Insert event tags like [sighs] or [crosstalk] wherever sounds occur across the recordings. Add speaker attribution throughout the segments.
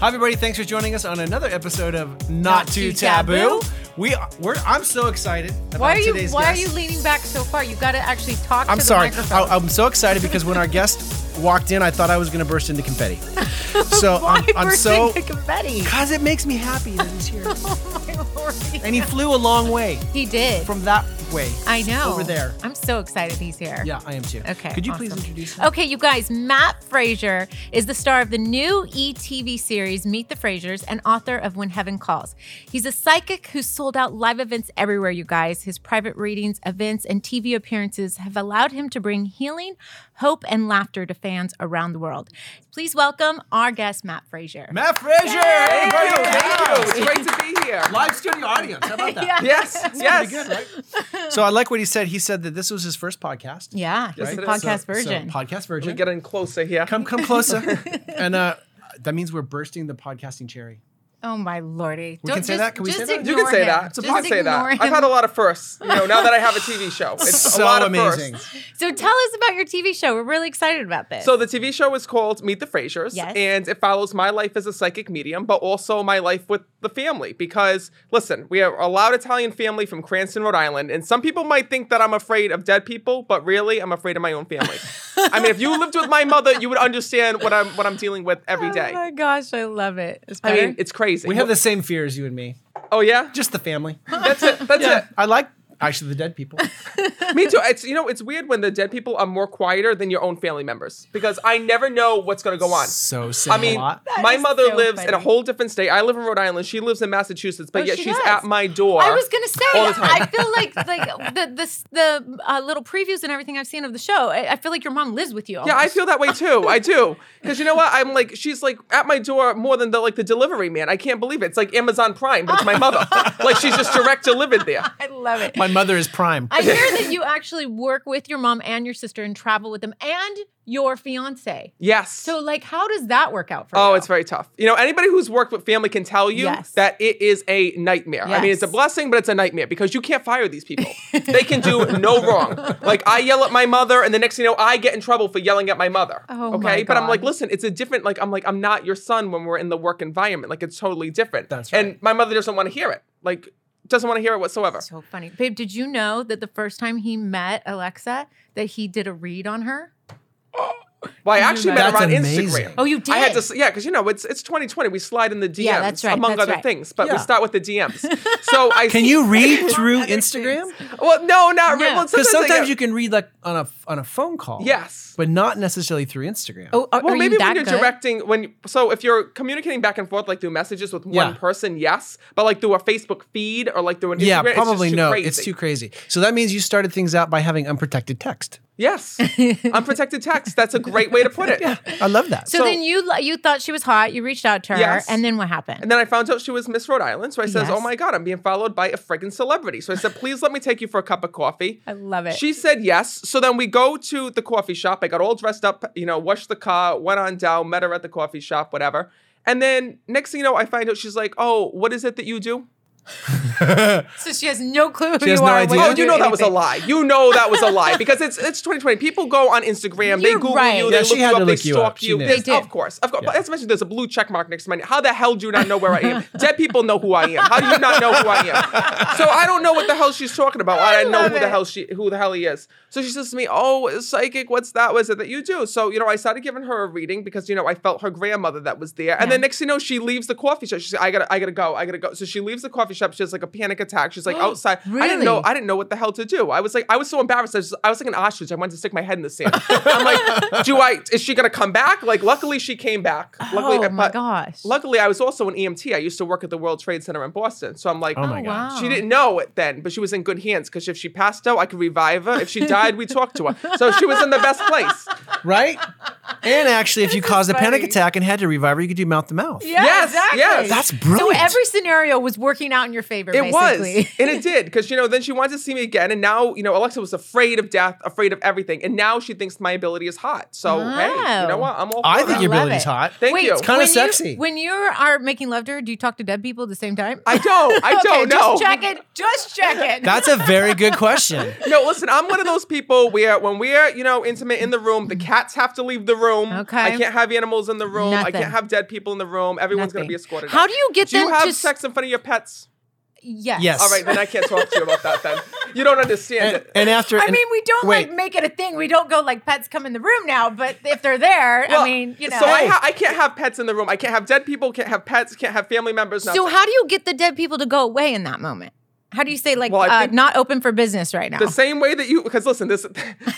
Speaker 1: Hi everybody, thanks for joining us on another episode of Not, Too,
Speaker 2: Too
Speaker 1: Taboo.
Speaker 2: Taboo.
Speaker 1: We are, we're I'm so excited about
Speaker 2: Why are you
Speaker 1: today's
Speaker 2: Why
Speaker 1: guest.
Speaker 2: are you leaning back so far? You got to actually talk.
Speaker 1: I'm
Speaker 2: to
Speaker 1: sorry.
Speaker 2: The
Speaker 1: I,
Speaker 2: microphone.
Speaker 1: I'm so excited because when our
Speaker 2: [laughs]
Speaker 1: guest walked in, I thought I was going to burst into confetti. So
Speaker 2: Why
Speaker 1: I'm, I'm
Speaker 2: burst
Speaker 1: so
Speaker 2: into confetti?
Speaker 1: because it makes me happy that he's here.
Speaker 2: [laughs] Oh my lord.
Speaker 1: and he flew a long way
Speaker 2: He did.
Speaker 1: from that way.
Speaker 2: I know.
Speaker 1: over there.
Speaker 2: I'm so excited he's here.
Speaker 1: Yeah, I am too.
Speaker 2: Okay.
Speaker 1: Could you
Speaker 2: awesome.
Speaker 1: please introduce him?
Speaker 2: Okay, you guys, Matt Frazier is the star of the new ETV series Meet the Frasers and author of When Heaven Calls. He's a psychic who's sold out live events everywhere, you guys. His private readings, events, and TV appearances have allowed him to bring healing, hope, and laughter to fans around the world. Please welcome our guest, Matt Frazier.
Speaker 1: Matt Frazier.
Speaker 3: Thank
Speaker 1: Everybody,
Speaker 3: you.
Speaker 1: yeah.
Speaker 3: Thank you. It's great to be here.
Speaker 1: Live studio audience. How about
Speaker 2: [laughs]
Speaker 1: that?
Speaker 3: Yes, yes.
Speaker 1: So I like what he said. He said that this was his first podcast.
Speaker 2: Yeah, he's
Speaker 1: right?
Speaker 2: a
Speaker 3: it is.
Speaker 2: podcast
Speaker 1: So- so
Speaker 2: virgin.
Speaker 1: podcast
Speaker 3: Let me
Speaker 1: virgin.
Speaker 3: get in closer here.
Speaker 1: come come
Speaker 2: [laughs]
Speaker 1: closer. and uh, that means we're bursting the podcasting cherry.
Speaker 2: oh my lordy!
Speaker 1: We can say that? Can we say
Speaker 2: just
Speaker 1: that?
Speaker 3: you
Speaker 2: ignore
Speaker 3: can say
Speaker 2: him.
Speaker 3: that.
Speaker 2: Just
Speaker 3: You can say that.
Speaker 2: ignore
Speaker 3: I've
Speaker 2: him.
Speaker 3: had a lot of firsts. You know, now that I have a TV show, it's
Speaker 1: so
Speaker 3: a lot of
Speaker 1: amazing.
Speaker 3: firsts.
Speaker 2: So tell us about your TV show. We're really excited about this.
Speaker 3: So the TV show is called Meet the Frasers,
Speaker 2: Yes.
Speaker 3: and it follows my life as a psychic medium, but also my life with the family. Because listen, we are a loud Italian family from Cranston, Rhode Island, and some people might think that I'm afraid of dead people, but really, I'm afraid of my own family. I mean, if you lived with my mother, you would understand what I'm what I'm dealing with
Speaker 2: [laughs]
Speaker 3: every
Speaker 2: Oh
Speaker 3: day.
Speaker 2: my gosh, I love it. It's
Speaker 3: I
Speaker 2: better.
Speaker 3: mean, it's crazy.
Speaker 1: We have the same fears, you and me.
Speaker 3: Oh yeah,
Speaker 1: Just the family.
Speaker 3: that's it. That's it.
Speaker 1: I like actually the dead
Speaker 3: [laughs]
Speaker 1: people.
Speaker 3: Me too. It's you know, it's weird when the dead people are more quieter than your own family members because I never know what's gonna go on.
Speaker 1: So sad.
Speaker 3: I mean, my
Speaker 2: is
Speaker 3: mother
Speaker 2: so
Speaker 3: lives in a
Speaker 2: funny.
Speaker 3: whole different state. I live in Rhode Island. She lives in Massachusetts, but
Speaker 2: Oh,
Speaker 3: yet
Speaker 2: she
Speaker 3: she's
Speaker 2: does.
Speaker 3: at my door.
Speaker 2: I was gonna say,
Speaker 3: all the time.
Speaker 2: I feel like like the the the uh, little previews and everything I've seen of the show. I, I feel like your mom lives with you.
Speaker 3: yeah, I
Speaker 2: almost.
Speaker 3: feel that way too. I
Speaker 2: [laughs]
Speaker 3: do because you know what? I'm like she's like at my door more than the like the delivery man. I can't believe it. It's like Amazon Prime, but it's
Speaker 2: [laughs]
Speaker 3: my mother. like she's just direct delivered there.
Speaker 2: I love it.
Speaker 1: my mother is prime.
Speaker 2: I hear that you actually work with your mom and your sister and travel with them and your fiance.
Speaker 3: Yes.
Speaker 2: So like, how does that work out for you?
Speaker 3: Oh, it's very tough. You know, anybody who's worked with family can tell you
Speaker 2: Yes.
Speaker 3: that it is a nightmare. I mean,
Speaker 2: Yes.
Speaker 3: it's a blessing, but it's a nightmare because you can't fire
Speaker 2: [laughs]
Speaker 3: these people. they can do no wrong. Like I yell at my mother, and the next thing you know, I get in trouble for yelling at my mother.
Speaker 2: Oh,
Speaker 3: okay,
Speaker 2: my
Speaker 3: but I'm like,
Speaker 2: God.
Speaker 3: listen, it's a different. Like I'm like, I'm not your son when we're in the work environment. Like it's totally different.
Speaker 1: That's right.
Speaker 3: And my mother doesn't want to hear it. Like doesn't want to hear it whatsoever.
Speaker 2: so funny, babe. Did you know that the first time he met Alexa, that he did a read on her?
Speaker 3: Well, I actually met her
Speaker 1: That's
Speaker 3: on
Speaker 1: amazing.
Speaker 3: Instagram.
Speaker 2: Oh, you did.
Speaker 3: I had to, s- yeah, because you know it's it's 2020. We slide in the DMs,
Speaker 2: Yeah, that's right,
Speaker 3: among
Speaker 2: that's
Speaker 3: other
Speaker 2: right.
Speaker 3: things. But
Speaker 1: Yeah.
Speaker 3: we start with the DMs.
Speaker 2: [laughs]
Speaker 3: So I
Speaker 1: Can
Speaker 3: see-
Speaker 1: you read through
Speaker 2: other
Speaker 1: Instagram?
Speaker 3: Well, no, not really.
Speaker 2: No.
Speaker 3: Well,
Speaker 1: Because
Speaker 3: I
Speaker 1: sometimes
Speaker 3: get-
Speaker 1: you can read like on a on a phone call.
Speaker 3: Yes.
Speaker 1: But not necessarily through Instagram.
Speaker 2: Oh, are,
Speaker 3: Well,
Speaker 2: are
Speaker 3: maybe
Speaker 2: you
Speaker 3: when
Speaker 2: that
Speaker 3: you're
Speaker 2: good?
Speaker 3: directing, when so if you're communicating back and forth like through messages with
Speaker 1: Yeah.
Speaker 3: one person, yes, but like through a Facebook feed or like through an
Speaker 1: yeah,
Speaker 3: Instagram, it's just
Speaker 1: probably
Speaker 3: too
Speaker 1: no.
Speaker 3: Crazy.
Speaker 1: It's too crazy. So that means you started things out by having unprotected text. [laughs]
Speaker 3: yes, unprotected text. That's a great way to put it.
Speaker 1: I love that.
Speaker 2: So,
Speaker 3: So-
Speaker 2: then you li- you thought she was hot. You reached out to her,
Speaker 3: Yes.
Speaker 2: and then what happened?
Speaker 3: And then I found out she was Miss Rhode Island. So I says,
Speaker 2: Yes.
Speaker 3: "Oh my God, I'm being followed by a friggin' celebrity." So I said, "Please let me take you for a cup of coffee."
Speaker 2: I love it.
Speaker 3: She said yes. So then we go to the coffee shop. I got all dressed up, you know, washed the car, went on down, met her at the coffee shop, whatever. And then next thing you know, I find out she's like, "Oh, what is it that you do?"
Speaker 2: so she has no clue who
Speaker 1: She has
Speaker 2: you
Speaker 1: no
Speaker 2: are.
Speaker 1: idea.
Speaker 2: what
Speaker 3: Oh, you
Speaker 2: do,
Speaker 3: know that was a
Speaker 2: anything.
Speaker 3: lie. You know that was a lie because it's it's 2020. People go on Instagram, they
Speaker 2: You're
Speaker 3: Google
Speaker 2: right.
Speaker 3: you,
Speaker 2: Yeah,
Speaker 3: they
Speaker 1: she
Speaker 3: look
Speaker 1: had
Speaker 3: you
Speaker 1: to
Speaker 3: up, they
Speaker 1: look you
Speaker 3: stalk
Speaker 1: up. She knew.
Speaker 3: you. There's-
Speaker 2: They did.
Speaker 3: Of course, of course. But as I mentioned, there's a blue check mark next to my name. How the hell do you not know where I am? Dead people know who I am. How do you not know who I am? So I don't know what the hell she's talking about. I, know
Speaker 2: love
Speaker 3: who the
Speaker 2: it.
Speaker 3: hell she who the hell he is. So she says to me, "Oh, psychic, what's that? Was it that you do?" So you know, I started giving her a reading because you know I felt her grandmother that was there. And
Speaker 2: Yeah.
Speaker 3: then next thing you know, she leaves the coffee shop. She's like, "I gotta, I gotta go, I gotta go." So she leaves the coffee shop. She has like a panic attack. She's like outside. I didn't know.
Speaker 2: Really?
Speaker 3: I didn't know what the hell to do. I was like, I was so embarrassed. I was, I was like an ostrich. I wanted to stick my head in the sand. I'm
Speaker 2: [laughs]
Speaker 3: like, do I? Is she gonna come back? Like, luckily she came back. Luckily,
Speaker 2: oh my
Speaker 3: but
Speaker 2: gosh.
Speaker 3: Luckily, I was also an EMT. I used to work at the World Trade Center in Boston. So I'm like,
Speaker 1: Oh my
Speaker 2: Oh,
Speaker 1: god.
Speaker 2: wow.
Speaker 3: she didn't know it then, but she was in good hands because if she passed out, I could revive her. If she died, we talked to her. So she was in the best
Speaker 2: [laughs]
Speaker 3: place.
Speaker 1: Right? And actually, if you caused a panic
Speaker 2: funny.
Speaker 1: attack and had to revive her, you could do mouth to mouth.
Speaker 2: Yeah,
Speaker 3: Yes,
Speaker 2: exactly.
Speaker 3: yes.
Speaker 1: That's brilliant.
Speaker 2: So every scenario was working out in your favor.
Speaker 3: It
Speaker 2: basically.
Speaker 3: was,
Speaker 2: [laughs]
Speaker 3: and it did, because you know, then she wanted to see me again, and now you know, Alexa was afraid of death, afraid of everything, and now she thinks my ability is hot. So hey, you know
Speaker 2: Wow.
Speaker 3: what? I'm all. For
Speaker 1: I think
Speaker 3: it.
Speaker 1: your
Speaker 2: Love
Speaker 1: ability's
Speaker 2: it.
Speaker 1: hot.
Speaker 3: Thank you.
Speaker 1: kinda
Speaker 2: when you-
Speaker 1: sexy.
Speaker 2: when you are making love to her, do you talk to dead people at the same time?
Speaker 3: I don't. I
Speaker 2: [laughs] okay,
Speaker 3: don't know.
Speaker 2: Just check it. Just check it.
Speaker 1: That's a very good question.
Speaker 3: No, listen, I'm one of those people where when we're, you know, intimate in the room, the cats have to leave the room.
Speaker 2: Mm. Okay.
Speaker 3: I can't have animals in the room. I
Speaker 2: Nothing.
Speaker 3: can't have dead people in the room. Everyone's going to
Speaker 2: Nothing.
Speaker 3: be escorted.
Speaker 2: How
Speaker 3: out.
Speaker 2: do you get
Speaker 3: Do
Speaker 2: them
Speaker 3: you have
Speaker 2: to s-
Speaker 3: sex in front of your pets?
Speaker 2: Yes.
Speaker 1: Yes.
Speaker 3: All right, then I can't talk to you about that then. You don't understand
Speaker 1: And,
Speaker 3: it.
Speaker 1: and after,
Speaker 2: I
Speaker 1: and-
Speaker 2: mean, we don't
Speaker 1: wait,
Speaker 2: like make it a thing. We don't go like pets come in the room now, but if they're there, I
Speaker 3: Well,
Speaker 2: mean, you know.
Speaker 3: So I, ha- I can't have pets in the room. I can't have dead people, can't have pets, can't have family members.
Speaker 2: So
Speaker 3: nothing.
Speaker 2: how do you get the dead people to go away in that moment? How do you say like
Speaker 3: Well, I
Speaker 2: uh,
Speaker 3: think-
Speaker 2: not open for business right now?
Speaker 3: The same way that you, because listen, this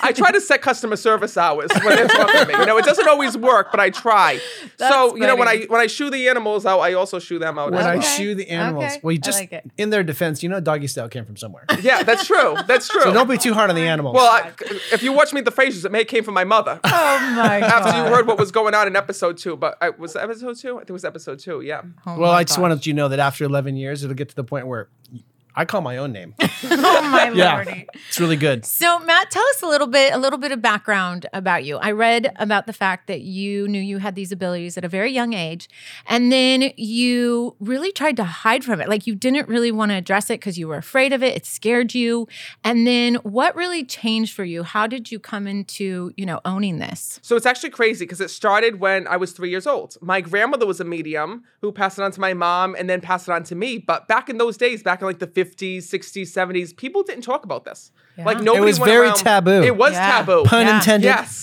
Speaker 3: I try to set customer service hours when they're talking to me. You know, it doesn't always work, but I try.
Speaker 2: That's
Speaker 3: so you know, when
Speaker 2: funny.
Speaker 3: I when I shoo the animals out, I also shoo them out.
Speaker 1: when
Speaker 3: as
Speaker 1: I
Speaker 3: well.
Speaker 2: Okay.
Speaker 1: shoo the animals,
Speaker 2: Okay.
Speaker 1: well, you
Speaker 2: I
Speaker 1: just
Speaker 2: like it.
Speaker 1: in their defense, you know, doggy style came from somewhere.
Speaker 3: yeah, that's true. That's true.
Speaker 1: So don't be too hard on
Speaker 2: [laughs]
Speaker 1: the animals.
Speaker 3: well, I, if you watch me, the Frasers, it may have came from my mother.
Speaker 2: oh
Speaker 3: [laughs]
Speaker 2: my god!
Speaker 3: After you heard what was going on in episode two, but I, was it episode two? I think it was episode two. Yeah.
Speaker 2: Oh
Speaker 1: well,
Speaker 2: my
Speaker 1: I just
Speaker 2: God.
Speaker 1: want to let you know that after 11 years, it'll get to the point where I call my own name.
Speaker 2: Oh my
Speaker 1: yeah,
Speaker 2: lordy!
Speaker 1: it's really
Speaker 2: [laughs]
Speaker 1: good.
Speaker 2: So Matt, tell us a little bit, a little bit of background about you. I read about the fact that you knew you had these abilities at a very young age, and then you really tried to hide from it. Like you didn't really want to address it because you were afraid of it. It scared you. And then what really changed for you? How did you come into you know owning this?
Speaker 3: So it's actually crazy because it started when I was three years old. My grandmother was a medium who passed it on to my mom and then passed it on to me. But back in those days, back in like the 50s, 60s, 70s, people didn't talk about this. Like
Speaker 2: Yeah. It
Speaker 3: nobody
Speaker 1: was
Speaker 3: went
Speaker 1: very
Speaker 3: around-
Speaker 1: taboo.
Speaker 3: It was
Speaker 2: Yeah.
Speaker 3: taboo.
Speaker 1: Pun
Speaker 2: Yeah.
Speaker 1: intended.
Speaker 2: [laughs]
Speaker 3: Yes.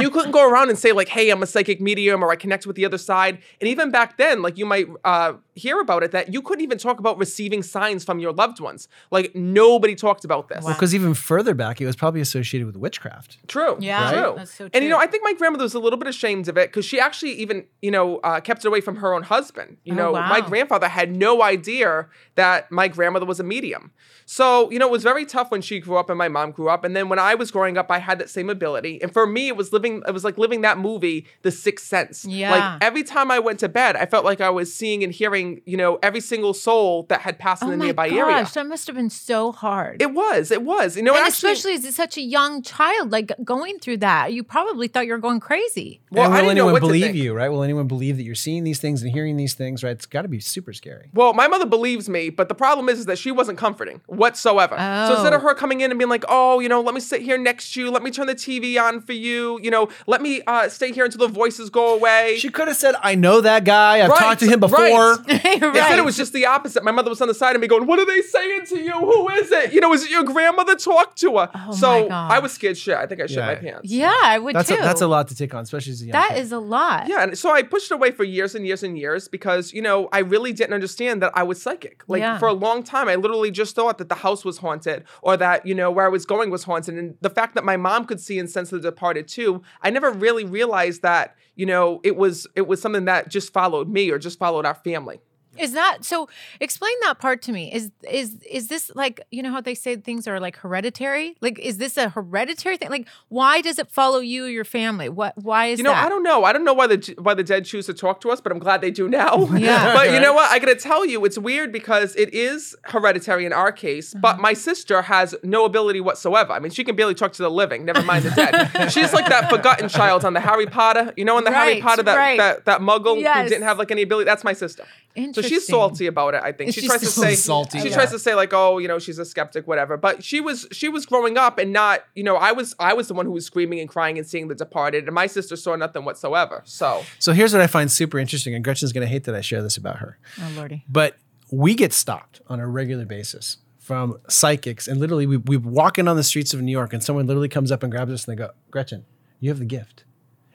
Speaker 3: you couldn't go around and say, like, hey, I'm a psychic medium or I connect with the other side. And even back then, like, you might uh, hear about it that you couldn't even talk about receiving signs from your loved ones. Like, nobody talked about this.
Speaker 2: Wow.
Speaker 1: Because even further back, it was probably associated with witchcraft.
Speaker 3: True.
Speaker 2: Yeah,
Speaker 1: Right?
Speaker 3: True.
Speaker 2: that's so
Speaker 3: And you know,
Speaker 2: true.
Speaker 3: I think my grandmother was a little bit ashamed of it because she actually even, you know, uh, kept it away from her own husband. You
Speaker 2: Oh,
Speaker 3: know,
Speaker 2: wow.
Speaker 3: my grandfather had no idea that my grandmother was a medium. So, you know, it was very tough when she grew up and my mom grew up. And then when I was growing up, I had that same ability. And for me, it was living, it was like living that movie, The Sixth Sense.
Speaker 2: Yeah.
Speaker 3: Like every time I went to bed, I felt like I was seeing and hearing, you know, every single soul that had passed in
Speaker 2: oh
Speaker 3: the
Speaker 2: my
Speaker 3: nearby
Speaker 2: gosh,
Speaker 3: area.
Speaker 2: that must have been so hard.
Speaker 3: It was, it was. You know,
Speaker 2: and
Speaker 3: actually-
Speaker 2: especially as such a young child, like going through that, you probably thought you were going crazy. [laughs]
Speaker 3: well,
Speaker 1: and
Speaker 3: I
Speaker 1: will
Speaker 3: didn't know
Speaker 1: anyone
Speaker 3: what to
Speaker 1: believe
Speaker 3: think.
Speaker 1: you, right? Will anyone believe that you're seeing these things and hearing these things, right? It's got to be super scary.
Speaker 3: Well, my mother believes me, but the problem is, is that she wasn't comforting whatsoever. So instead of
Speaker 2: Oh.
Speaker 3: her coming in and being like, "Oh, you know, let me sit here next to you, let me turn the TV on for you, you know, let me uh, stay here until the voices go away,"
Speaker 1: She could have said, I know that guy. I've
Speaker 3: Right,
Speaker 1: talked to him before.
Speaker 2: [laughs]
Speaker 3: right. instead
Speaker 2: right.
Speaker 3: it was just the opposite. My mother was on the side of me going, "What are they saying to you? Who is it? You know, is it your grandmother? Talk to her."
Speaker 2: Oh
Speaker 3: so
Speaker 2: my gosh.
Speaker 3: I was scared shit. I think I shit
Speaker 1: Yeah.
Speaker 3: my pants.
Speaker 2: yeah, I
Speaker 1: [laughs]
Speaker 2: would
Speaker 1: That's a,
Speaker 2: too.
Speaker 1: that's a lot to take on, especially as a young
Speaker 2: That
Speaker 1: kid.
Speaker 2: is a lot.
Speaker 3: Yeah, and so I pushed it away for years and years and years because, you know, I really didn't understand that I was psychic. Like
Speaker 2: Yeah.
Speaker 3: for a long time, I literally just thought that the house was haunted or that, you know, where I was going was haunted. And the fact that my mom could see and sense the departed too, I never really realized that, you know, it was it was something that just followed me or just followed our family.
Speaker 2: Is that so? Explain that part to me. Is is is this like you know how they say things are like hereditary? Like, is this a hereditary thing? Like, why does it follow you or your family? What? Why is
Speaker 3: You know,
Speaker 2: that?
Speaker 3: I don't know. I don't know why the why the dead choose to talk to us, but I'm glad they do now.
Speaker 2: [laughs] Yeah.
Speaker 3: [laughs] but you know what? I gotta tell you, it's weird because it is hereditary in our case.
Speaker 2: Mm-hmm.
Speaker 3: But my sister has no ability whatsoever. I mean, she can barely talk to the living. Never mind
Speaker 2: [laughs]
Speaker 3: the dead. She's like that forgotten child on the Harry Potter. You know, in the Harry
Speaker 2: Right,
Speaker 3: Potter, that
Speaker 2: right.
Speaker 3: that, that Muggle
Speaker 2: Yes.
Speaker 3: who didn't have like any ability. That's my sister. So
Speaker 2: Interesting.
Speaker 3: she's salty about it. I think
Speaker 2: Is
Speaker 3: she
Speaker 2: she
Speaker 3: tries to
Speaker 2: so
Speaker 3: say
Speaker 1: salty?
Speaker 3: She
Speaker 1: Yeah.
Speaker 3: tries to say like, oh, you know, she's a skeptic, whatever. But she was she was growing up and not, you know, I was I was the one who was screaming and crying and seeing The Departed, and my sister saw nothing whatsoever. So
Speaker 1: so here's what I find super interesting, and Gretchen's going to hate that I share this about her.
Speaker 2: Oh lordy.
Speaker 1: But we get stopped on a regular basis from psychics. And literally, we, we walk in on the streets of New York, and someone literally comes up and grabs us and they go, Gretchen, you have the gift.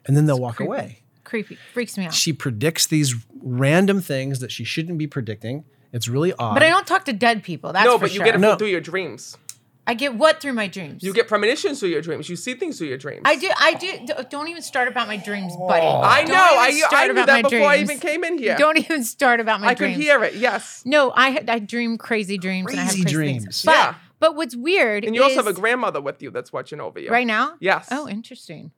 Speaker 1: And then they'll walk
Speaker 2: creepy.
Speaker 1: away.
Speaker 2: Creepy. Freaks me out.
Speaker 1: She predicts these random things that she shouldn't be predicting. It's really odd.
Speaker 2: but I don't talk to dead people. That's
Speaker 3: no,
Speaker 2: for
Speaker 3: but
Speaker 2: sure.
Speaker 3: you get it
Speaker 1: No.
Speaker 3: through your dreams.
Speaker 2: I get what through my dreams.
Speaker 3: You get premonitions through your dreams. You see things through your dreams.
Speaker 2: I do. I do. d- Don't even start about my dreams, buddy.
Speaker 3: Oh. I
Speaker 2: Don't
Speaker 3: know.
Speaker 2: even
Speaker 3: I,
Speaker 2: start
Speaker 3: I knew
Speaker 2: about
Speaker 3: that
Speaker 2: my
Speaker 3: before I
Speaker 2: dreams.
Speaker 3: even came in here.
Speaker 2: Don't even start about my
Speaker 3: I
Speaker 2: dreams.
Speaker 3: could hear it. Yes.
Speaker 2: No, I had I dream crazy dreams. and I have
Speaker 1: Crazy
Speaker 2: crazy
Speaker 1: dreams.
Speaker 2: Things. But,
Speaker 3: Yeah.
Speaker 2: But what's weird
Speaker 3: And you also
Speaker 2: is-
Speaker 3: have a grandmother with you that's watching over you.
Speaker 2: right now.
Speaker 3: Yes.
Speaker 2: Oh, interesting.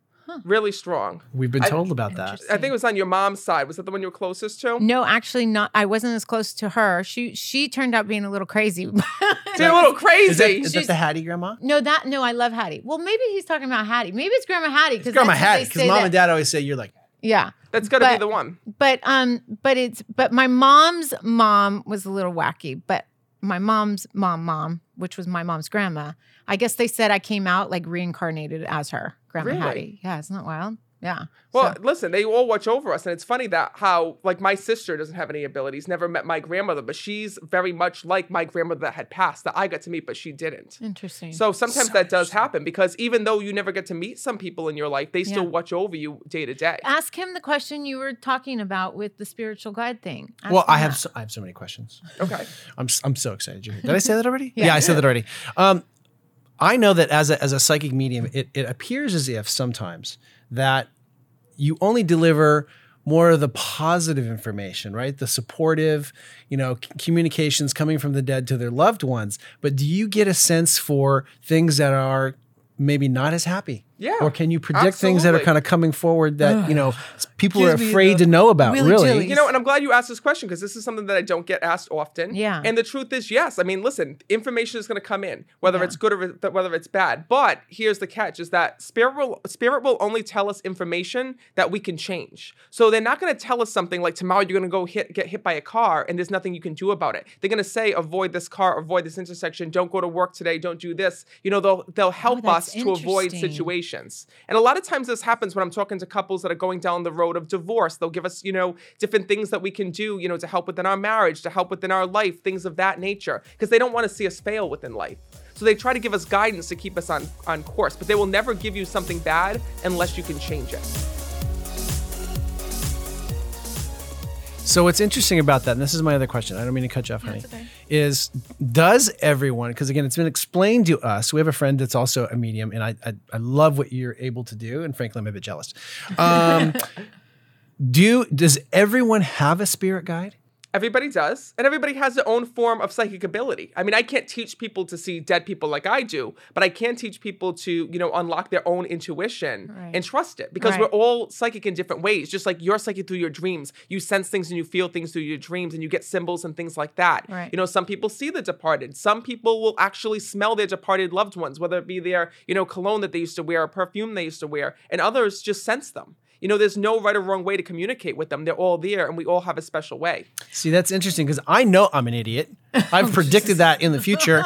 Speaker 3: Really strong.
Speaker 1: We've been told about that.
Speaker 3: I think it was on your mom's side. Was that the one you were closest to?
Speaker 2: No, actually, not. I wasn't as close to her. She she turned out being a little crazy. [laughs]
Speaker 3: Did a little crazy.
Speaker 1: Is that, is
Speaker 2: She's-
Speaker 1: that the Hattie grandma?
Speaker 2: no, that no, I love Hattie. Well, maybe he's talking about Hattie. Maybe it's Grandma Hattie because
Speaker 1: Grandma Hattie, because mom and dad always say you're like
Speaker 2: Yeah,
Speaker 3: That's gotta be
Speaker 2: But-
Speaker 3: the one.
Speaker 2: but um, but it's but my mom's mom was a little wacky, but my mom's mom mom, which was my mom's grandma. I guess they said I came out like reincarnated as her Grandma
Speaker 3: Really?
Speaker 2: Hattie. Yeah, isn't that wild? Yeah.
Speaker 3: Well,
Speaker 2: So-
Speaker 3: listen, they all watch over us, and it's funny that how like my sister doesn't have any abilities, never met my grandmother, but she's very much like my grandmother that had passed that I got to meet, but she didn't.
Speaker 2: Mm. interesting.
Speaker 3: So sometimes that does happen because even though you never get to meet some people in your life, they still
Speaker 2: Yeah. Uh,
Speaker 3: watch over you day to day.
Speaker 2: ask him the question you were talking about with the spiritual guide thing. Ask
Speaker 1: Well,
Speaker 2: him
Speaker 1: I have
Speaker 2: that.
Speaker 1: so, I have so many questions.
Speaker 3: Okay.
Speaker 1: I'm s- I'm so excited. Jimmy. Did I say that already?
Speaker 2: [laughs] Yeah.
Speaker 1: yeah. I said that already. Um, I know that as a as a psychic medium, it it appears as if sometimes that you only deliver more of the positive information, right? The supportive, you know, c- communications coming from the dead to their loved ones. But do you get a sense for things that are maybe not as happy?
Speaker 3: Yeah,
Speaker 1: Or can you predict things that are
Speaker 3: absolutely.
Speaker 1: kind of coming forward that, you
Speaker 2: [sighs]
Speaker 1: know, s- people are
Speaker 2: Gives me
Speaker 1: afraid
Speaker 2: the
Speaker 1: to know about, really?
Speaker 2: willy-jillies.
Speaker 3: You know, and I'm glad you asked this question because this is something that I don't get asked often.
Speaker 2: Yeah.
Speaker 3: And the truth is, yes. I mean, listen, information is going to come in, whether
Speaker 2: Yeah.
Speaker 3: it's good or th- whether it's bad. But here's the catch: is that spirit will spirit will only tell us information that we can change. So they're not going to tell us something like tomorrow you're going to go hit get hit by a car and there's nothing you can do about it. They're going to say avoid this car, avoid this intersection, don't go to work today, don't do this. You know, they'll they'll help
Speaker 2: Oh, that's
Speaker 3: us to avoid
Speaker 2: interesting.
Speaker 3: situations situations. And a lot of times this happens when I'm talking to couples that are going down the road of divorce. They'll give us, you know, different things that we can do, you know, to help within our marriage, to help within our life, things of that nature, because they don't want to see us fail within life. So they try to give us guidance to keep us on, on course, but they will never give you something bad unless you can change it.
Speaker 1: So what's interesting about that, and this is my other question. I don't mean to cut you off, honey. Is does everyone? Because again, it's been explained to us. We have a friend that's also a medium, and I I, I love what you're able to do. And frankly, I'm a bit jealous.
Speaker 2: [laughs]
Speaker 1: Um, do does everyone have a spirit guide?
Speaker 3: Everybody does, and everybody has their own form of psychic ability. I mean, I can't teach people to see dead people like I do, but I can teach people to, you know, unlock their own intuition
Speaker 2: Right.
Speaker 3: and trust it because
Speaker 2: Right.
Speaker 3: we're all psychic in different ways. Just like you're psychic through your dreams, you sense things and you feel things through your dreams, and you get symbols and things like that.
Speaker 2: Right.
Speaker 3: You know, some people see the departed. Some people will actually smell their departed loved ones, whether it be their, you know, cologne that they used to wear or perfume they used to wear, and others just sense them. You know, there's no right or wrong way to communicate with them. They're all there, and we all have a special way.
Speaker 1: See, that's interesting because I know I'm an idiot.
Speaker 2: [laughs] Oh,
Speaker 1: I've predicted that in the future.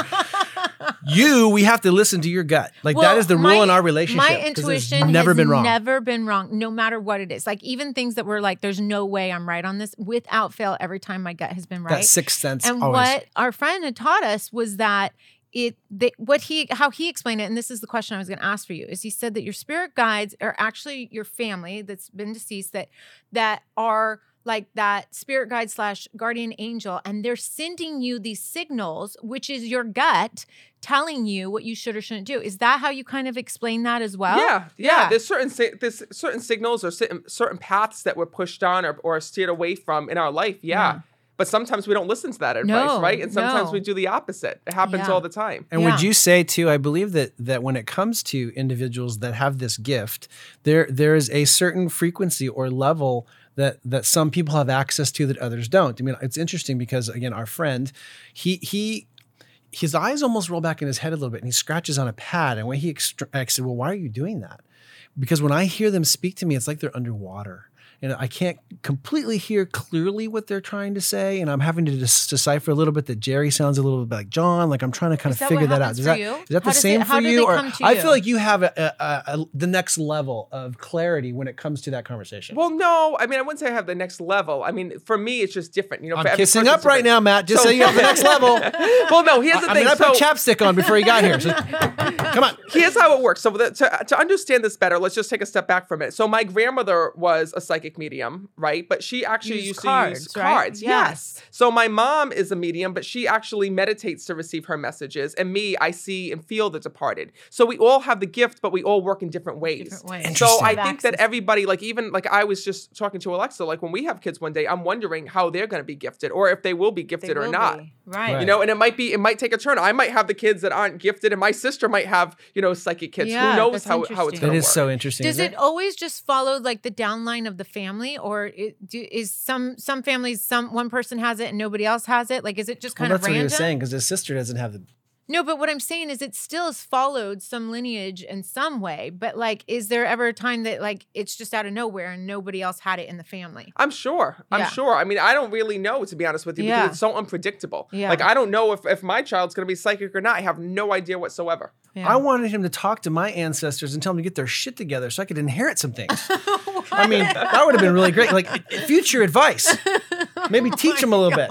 Speaker 1: You, we have to listen to your gut. Like that
Speaker 2: Well,
Speaker 1: is the rule
Speaker 2: my-
Speaker 1: in our relationship.
Speaker 2: My
Speaker 1: 'cause it's
Speaker 2: intuition
Speaker 1: never
Speaker 2: has
Speaker 1: been wrong.
Speaker 2: Never been wrong, no matter what it is. Like even things that were like, "There's no way I'm right on this." Without fail, every time my gut has been right.
Speaker 1: That sixth sense.
Speaker 2: and
Speaker 1: always.
Speaker 2: what our friend had taught us was that it they, what he how he explained it and this is the question i was going to ask for you is he said that your spirit guides are actually your family that's been deceased that that are like that spirit guide slash guardian angel and they're sending you these signals which is your gut telling you what you should or shouldn't do is that how you kind of explain that as well
Speaker 1: Oh,
Speaker 3: Yeah, yeah.
Speaker 2: Yeah.
Speaker 3: There's certain si- there's certain signals or certain certain paths that we're pushed on or, or steered away from in our life. Yeah.
Speaker 1: Hmm.
Speaker 2: Yeah.
Speaker 3: But sometimes we don't listen to that advice,
Speaker 2: No,
Speaker 3: right? And sometimes
Speaker 2: no.
Speaker 3: we do the opposite. It happens
Speaker 2: Yeah.
Speaker 3: all the time.
Speaker 1: And would
Speaker 2: Yeah.
Speaker 1: you say too? I believe that that when it comes to individuals that have this gift, there there is a certain frequency or level that that some people have access to that others don't. I mean, it's interesting because again, our friend, he he. His eyes almost roll back in his head a little bit, and he scratches on a pad. And when he extra- I said, "Well, why are you doing that?" Because when I hear them speak to me, it's like they're underwater, and I can't completely hear clearly what they're trying to say. And I'm having to dis- decipher a little bit that Jerry sounds a little bit like John. Like I'm trying to kind
Speaker 2: Is
Speaker 1: of
Speaker 2: that
Speaker 1: figure
Speaker 2: what
Speaker 1: that out.
Speaker 2: happens
Speaker 1: Is
Speaker 2: for
Speaker 1: that,
Speaker 2: you?
Speaker 1: is that
Speaker 2: How
Speaker 1: the
Speaker 2: does
Speaker 1: same
Speaker 2: it- how
Speaker 1: for
Speaker 2: do they
Speaker 1: you? or
Speaker 2: come to
Speaker 1: I
Speaker 2: you?
Speaker 1: feel like you have a, a, a, the next level of clarity when it comes to that conversation.
Speaker 3: Well, no, I mean, I wouldn't say I have the next level. I mean, for me, it's just different. You know, for
Speaker 1: I'm
Speaker 3: every
Speaker 1: kissing
Speaker 3: person's
Speaker 1: up right
Speaker 3: different.
Speaker 1: now, Matt. Just
Speaker 3: So-
Speaker 1: so you have the next
Speaker 2: [laughs]
Speaker 1: level.
Speaker 3: [laughs] well, no, here's the
Speaker 1: I
Speaker 3: thing.
Speaker 1: mean, I put
Speaker 3: So-
Speaker 1: chapstick on before he got here. So come on.
Speaker 3: here's how it works. So the, to, to understand this better, let's just take a step back for a minute. So my grandmother was a psychic psychic medium, right? But she actually
Speaker 2: Use
Speaker 3: used
Speaker 2: cards,
Speaker 3: to use
Speaker 2: right?
Speaker 3: cards.
Speaker 2: Yeah.
Speaker 3: Yes. So my mom is a medium, but she actually meditates to receive her messages. And me, I see and feel the departed. So we all have the gift, but we all work in different ways.
Speaker 2: Different ways.
Speaker 3: So
Speaker 1: Interesting.
Speaker 3: I
Speaker 2: Have
Speaker 3: think that
Speaker 2: access.
Speaker 3: everybody, like even like I was just talking to Alexa, like when we have kids one day, I'm wondering how they're going to be gifted, or if they will be
Speaker 2: They
Speaker 3: gifted or
Speaker 2: will
Speaker 3: not.
Speaker 2: be. Right.
Speaker 3: You know, and it might be, it might take a turn. I might have the kids that aren't gifted, and my sister might have, you know, psychic kids.
Speaker 2: Yeah,
Speaker 3: Who knows
Speaker 2: that's
Speaker 3: how, how it's
Speaker 2: interesting.
Speaker 3: going
Speaker 1: That
Speaker 3: to
Speaker 1: is
Speaker 3: work?
Speaker 1: so interesting.
Speaker 2: Does
Speaker 1: isn't
Speaker 2: it always just follow like the downline of the family, or it, do, is some some families some one person has it and nobody else has it? Like, is it just
Speaker 1: Well,
Speaker 2: kind
Speaker 1: that's
Speaker 2: of random?
Speaker 1: what he was saying because his sister doesn't have the.
Speaker 2: No, but what I'm saying is it still has followed some lineage in some way. But like, is there ever a time that like it's just out of nowhere and nobody else had it in the family?
Speaker 3: I'm sure. I'm
Speaker 2: Yeah.
Speaker 3: sure. I mean, I don't really know to be honest with you
Speaker 2: Yeah.
Speaker 3: because it's so unpredictable.
Speaker 2: Yeah.
Speaker 3: Like I don't know if, if my child's going to be psychic or not. I have no idea whatsoever.
Speaker 1: I wanted him to talk to my ancestors and tell them to get their shit together so I could inherit some
Speaker 2: [laughs]
Speaker 1: things. I mean, that would have been really great. Like future advice.
Speaker 2: [laughs]
Speaker 1: Maybe teach them a little bit.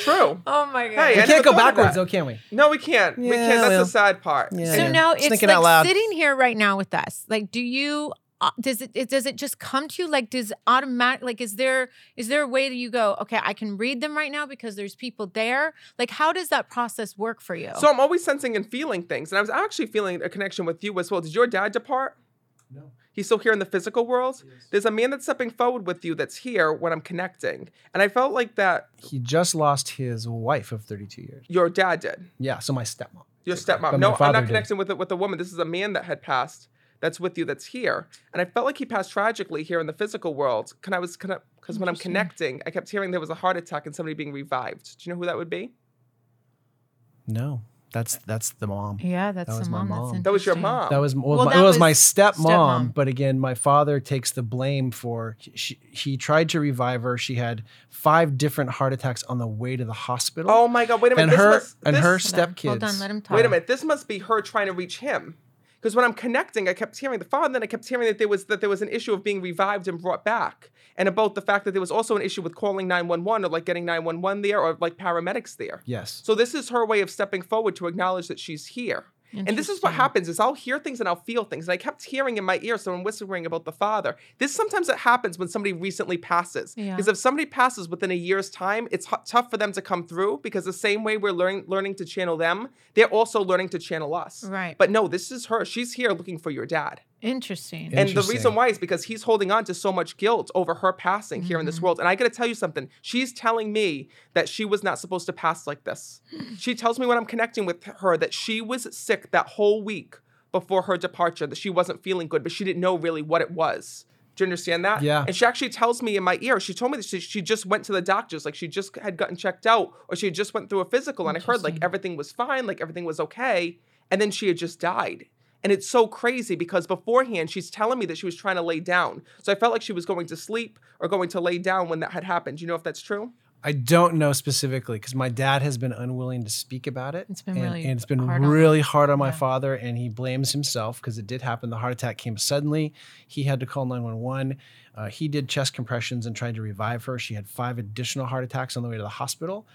Speaker 3: True.
Speaker 2: Oh my god!
Speaker 3: Hey,
Speaker 1: We
Speaker 3: I
Speaker 1: can't
Speaker 3: never
Speaker 1: go
Speaker 3: thought of
Speaker 1: backwards
Speaker 3: that.
Speaker 1: though, can we?
Speaker 3: No, we can't. we
Speaker 1: Yeah,
Speaker 3: can't. That's
Speaker 1: well.
Speaker 3: the sad part.
Speaker 1: Yeah.
Speaker 2: So now it's
Speaker 1: Thinking
Speaker 2: like
Speaker 1: out loud.
Speaker 2: sitting here right now with us. Like, do you? uh, Does it, it? Does it just come to you? Like, does automatic? Like, is there is there a way that you go? Okay, I can read them right now because there's people there. Like, how does that process work for you?
Speaker 3: So I'm always sensing and feeling things, and I was actually feeling a connection with you as well. Did your dad depart?
Speaker 1: No.
Speaker 3: He's still here in the physical world. There's a man that's stepping forward with you that's here when I'm connecting, and I felt like that
Speaker 1: He just lost his wife of 32 years.
Speaker 3: your dad did.
Speaker 1: Yeah, so my stepmom.
Speaker 3: Your stepmom.
Speaker 1: But
Speaker 3: No,
Speaker 1: my
Speaker 3: I'm
Speaker 1: father
Speaker 3: not
Speaker 1: did.
Speaker 3: connecting with it with a woman. This is a man that had passed. That's with you. That's here. And I felt like he passed tragically here in the physical world. Can I was because when I'm
Speaker 2: Interesting.
Speaker 3: connecting, I kept hearing there was a heart attack and somebody being revived. Do you know who that would be?
Speaker 1: No, that's that's the mom.
Speaker 2: yeah, that's
Speaker 1: That
Speaker 2: the
Speaker 1: was my
Speaker 2: mom.
Speaker 1: mom.
Speaker 2: That's
Speaker 3: That was your
Speaker 2: interesting.
Speaker 3: mom.
Speaker 1: That was well,
Speaker 2: Well,
Speaker 1: my,
Speaker 2: that
Speaker 1: it was, my
Speaker 2: was
Speaker 1: stepmom,
Speaker 2: stepmom.
Speaker 1: But again, my father takes the blame for she, he tried to revive her. She had five different heart attacks on the way to the hospital.
Speaker 3: oh my God! Wait a minute.
Speaker 1: and
Speaker 3: this
Speaker 1: her
Speaker 3: must,
Speaker 1: and
Speaker 3: this,
Speaker 1: her
Speaker 2: Hold on,
Speaker 1: stepkids.
Speaker 2: Hold on, let him talk.
Speaker 3: Wait a minute. This must be her trying to reach him. Because when I'm connecting, I kept hearing the father, and then I kept hearing that there was that there was an issue of being revived and brought back, and about the fact that there was also an issue with calling 911 or like getting 911 there or like paramedics there.
Speaker 1: Yes.
Speaker 3: So this is her way of stepping forward to acknowledge that she's here. And this is
Speaker 2: Interesting.
Speaker 3: what happens is I'll hear things and I'll feel things. And I kept hearing in my ear someone whispering about the father. This sometimes it happens when somebody recently passes.
Speaker 2: Yeah.
Speaker 3: Because if somebody passes within a year's time, it's hu- tough for them to come through because the same way we're learning learning to channel them, they're also learning to channel us.
Speaker 2: Right.
Speaker 3: But no, this is her. She's here looking for your dad.
Speaker 2: Interesting.
Speaker 1: Yeah.
Speaker 3: And the
Speaker 1: Interesting.
Speaker 3: reason why is because he's holding on to so much guilt over her passing here in
Speaker 1: Mm-hmm.
Speaker 3: this world. And I got to tell you something. She's telling me that she was not supposed to pass
Speaker 1: [sighs]
Speaker 3: like this. she tells me when I'm connecting with her that she was sick that whole week before her departure, that she wasn't feeling good, but she didn't know really what it was. Do you understand that?
Speaker 1: Yeah.
Speaker 3: And she actually tells me in my ear, she told me that she, she just went to the doctors, like she just had gotten checked out or she had just went through a physical. And I heard like everything was fine, like everything was okay. And then she had just died. And it's so crazy because beforehand she's telling me that she was trying to lay down. So I felt like she was going to sleep or going to lay down when that had happened. Do you know if that's true?
Speaker 1: I don't know specifically because my dad has been unwilling to speak about it.
Speaker 2: It's been
Speaker 1: and,
Speaker 2: really
Speaker 1: and it's been
Speaker 2: hard on
Speaker 1: really hard on my
Speaker 2: Yeah.
Speaker 1: father, and he blames himself because it did happen. The heart attack came suddenly. He had to call nine one one. Uh, He did chest compressions and tried to revive her. She had five additional heart attacks on the way to the hospital.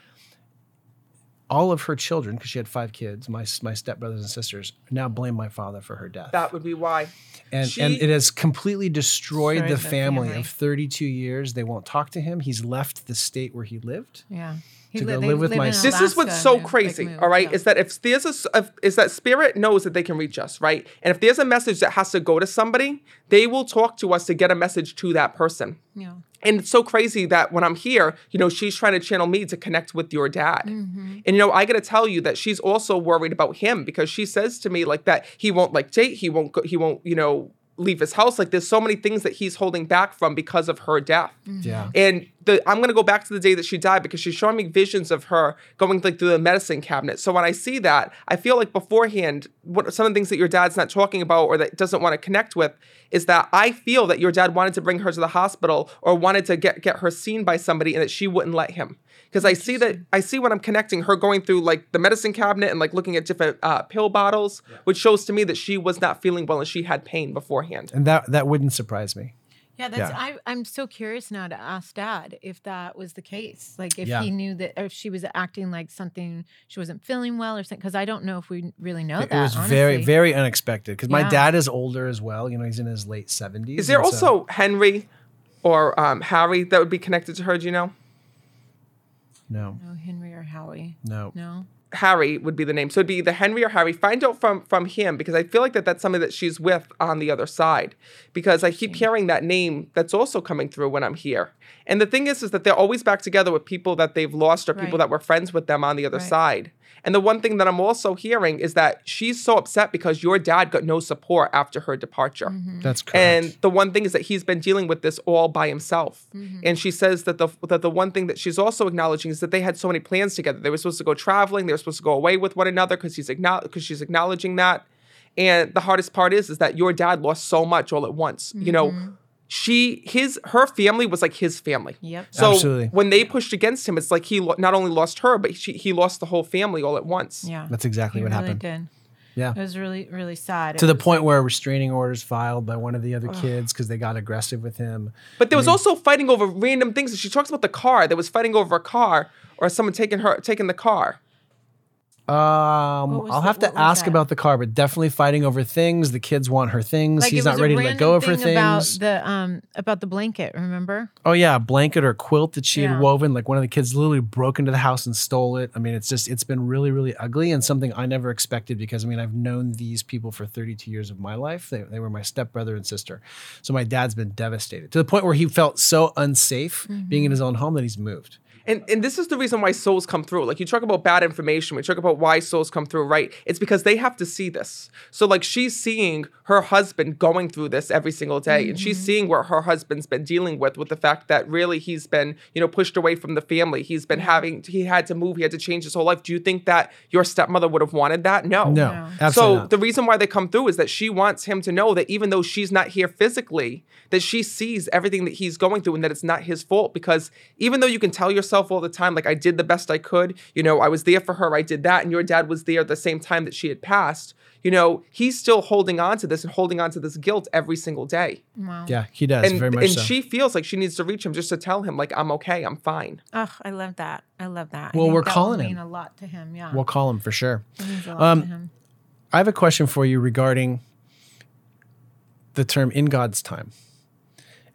Speaker 1: All of her children, because she had five kids, my s- my stepbrothers and sisters, now blame my father for her death
Speaker 3: That would be why.
Speaker 1: and
Speaker 3: She-
Speaker 1: and it has completely destroyed the
Speaker 2: Destroyed the
Speaker 1: family,
Speaker 2: family.
Speaker 1: of 32 years. They won't talk to him. He's left the state where he lived.
Speaker 2: Yeah. He
Speaker 1: To go
Speaker 2: they
Speaker 1: live with my
Speaker 2: in
Speaker 1: sister.
Speaker 3: This is what's
Speaker 2: Alaska
Speaker 3: so
Speaker 2: and they, like,
Speaker 3: crazy,
Speaker 2: moved,
Speaker 3: all right?
Speaker 2: yeah.
Speaker 3: Is that if there's a s- if- is that spirit knows that they can reach us, right? And if there's a message that has to go to somebody, they will talk to us to get a message to that person.
Speaker 2: yeah.
Speaker 3: and it's so crazy that when I'm here, you know, she's trying to channel me to connect with your dad. And you know, I got to tell you that she's also worried about him because she says to me like that he won't like date, he won't go, he won't, you know, leave his house like there's so many things that he's holding back from because of her death.
Speaker 1: Yeah.
Speaker 3: And the, I'm gonna go back to the day that she died because she's showing me visions of her going like through the medicine cabinet. So when I see that, I feel like beforehand, what some of the things that your dad's not talking about or that doesn't want to connect with is that I feel that your dad wanted to bring her to the hospital or wanted to get get her seen by somebody and that she wouldn't let him. Because I see that I see when I'm connecting her going through like the medicine cabinet and like looking at different uh, pill bottles, which shows to me that she was not feeling well and she had pain beforehand.
Speaker 1: And that that wouldn't surprise me.
Speaker 2: Yeah, that's.
Speaker 1: Yeah.
Speaker 2: I, I'm so curious now to ask Dad if that was the case, like if
Speaker 1: Yeah.
Speaker 2: he knew that, or if she was acting like something she wasn't feeling well or something. Because I don't know if we really know
Speaker 1: It-
Speaker 2: that.
Speaker 1: it was
Speaker 2: honestly.
Speaker 1: very very unexpected because my
Speaker 2: Yeah.
Speaker 1: dad is older as well. You know, he's in his late 70s.
Speaker 3: Is there
Speaker 1: and so-
Speaker 3: also Henry? or um, Harry that would be connected to her? Do you know?
Speaker 1: No,
Speaker 2: No, Oh, Henry or Howie.
Speaker 1: no.
Speaker 2: No.
Speaker 3: Harry would be the name. So it'd be the Henry or Harry. Find out from from him because I feel like that that's somebody that she's with on the other side. Because I keep hearing that name that's also coming through when I'm here. And the thing is, is that they're always back together with people that they've lost or people
Speaker 2: Right.
Speaker 3: that were friends with them on the other
Speaker 2: Right.
Speaker 3: side. And the one thing that I'm also hearing is that she's so upset because your dad got no support after her departure.
Speaker 1: That's correct.
Speaker 3: And the one thing is that he's been dealing with this all by himself.
Speaker 2: Mm-hmm.
Speaker 3: And she says that the that the one thing that she's also acknowledging is that they had so many plans together. They were supposed to go traveling. They were supposed to go away with one another because he's because she's acknowledging that. And the hardest part is is that your dad lost so much all at once. You
Speaker 2: Mm-hmm.
Speaker 3: know, she his her family was like his family.
Speaker 2: Yep.
Speaker 3: So
Speaker 1: Absolutely.
Speaker 3: when they pushed against him, it's like he lo- not only lost her, but she, he lost the whole family all at once.
Speaker 2: Yeah.
Speaker 1: That's exactly
Speaker 2: He
Speaker 1: what
Speaker 2: really
Speaker 1: happened.
Speaker 2: Did.
Speaker 1: Yeah.
Speaker 2: It was really, really sad.
Speaker 1: to
Speaker 2: It
Speaker 1: the
Speaker 2: was-
Speaker 1: point where restraining orders filed by one of the other kids because they got aggressive with him.
Speaker 3: But there was also fighting over random things. She talks about the car. There was fighting over a car or someone taking her taking the car.
Speaker 1: Um,
Speaker 2: was
Speaker 1: I'll
Speaker 2: the-
Speaker 1: have
Speaker 2: what
Speaker 1: to
Speaker 2: was
Speaker 1: ask
Speaker 2: that?
Speaker 1: about the car, but definitely fighting over things. The kids want her things.
Speaker 2: Like, it
Speaker 1: He's
Speaker 2: was
Speaker 1: not
Speaker 2: a
Speaker 1: ready to let go
Speaker 2: random
Speaker 1: of her
Speaker 2: thing about
Speaker 1: things.
Speaker 2: the um about the blanket. Remember?
Speaker 1: oh yeah, a blanket or a quilt that she
Speaker 2: Yeah.
Speaker 1: had woven. Like one of the kids literally broke into the house and stole it. I mean, it's just it's been really really ugly and something I never expected because I mean I've known these people for 32 years of my life. They they were my stepbrother and sister, so my dad's been devastated to the point where he felt so unsafe being in his own home that he's moved.
Speaker 3: And and this is the reason why souls come through. Like you talk about bad information, we talk about why souls come through, right? It's because they have to see this. So like she's seeing her husband going through this every single day, and she's seeing what her husband's been dealing with, with the fact that really he's been you know pushed away from the family. He's been having he had to move, he had to change his whole life. Do you think that your stepmother would have wanted that? No,
Speaker 1: No,
Speaker 2: No.
Speaker 1: absolutely.
Speaker 3: so
Speaker 1: not.
Speaker 3: the reason why they come through is that she wants him to know that even though she's not here physically, that she sees everything that he's going through and that it's not his fault. Because even though you can tell yourself all the time, like I did the best I could, you know, I was there for her, I did that, and your dad was there at the same time that she had passed, you know, he's still holding on to this and holding on to this guilt every single day.
Speaker 2: Wow.
Speaker 1: yeah, he does
Speaker 3: and
Speaker 1: very much
Speaker 3: and
Speaker 1: so.
Speaker 3: she feels like she needs to reach him just to tell him, like, I'm okay, I'm fine.
Speaker 2: Ugh, I love that. I love that. I
Speaker 1: Well,
Speaker 2: think
Speaker 1: we're
Speaker 2: that will
Speaker 1: calling him.
Speaker 2: mean a lot to him. Yeah.
Speaker 1: We'll um, call him for sure.
Speaker 2: It means a lot to him.
Speaker 1: I have a question for you regarding the term in God's time.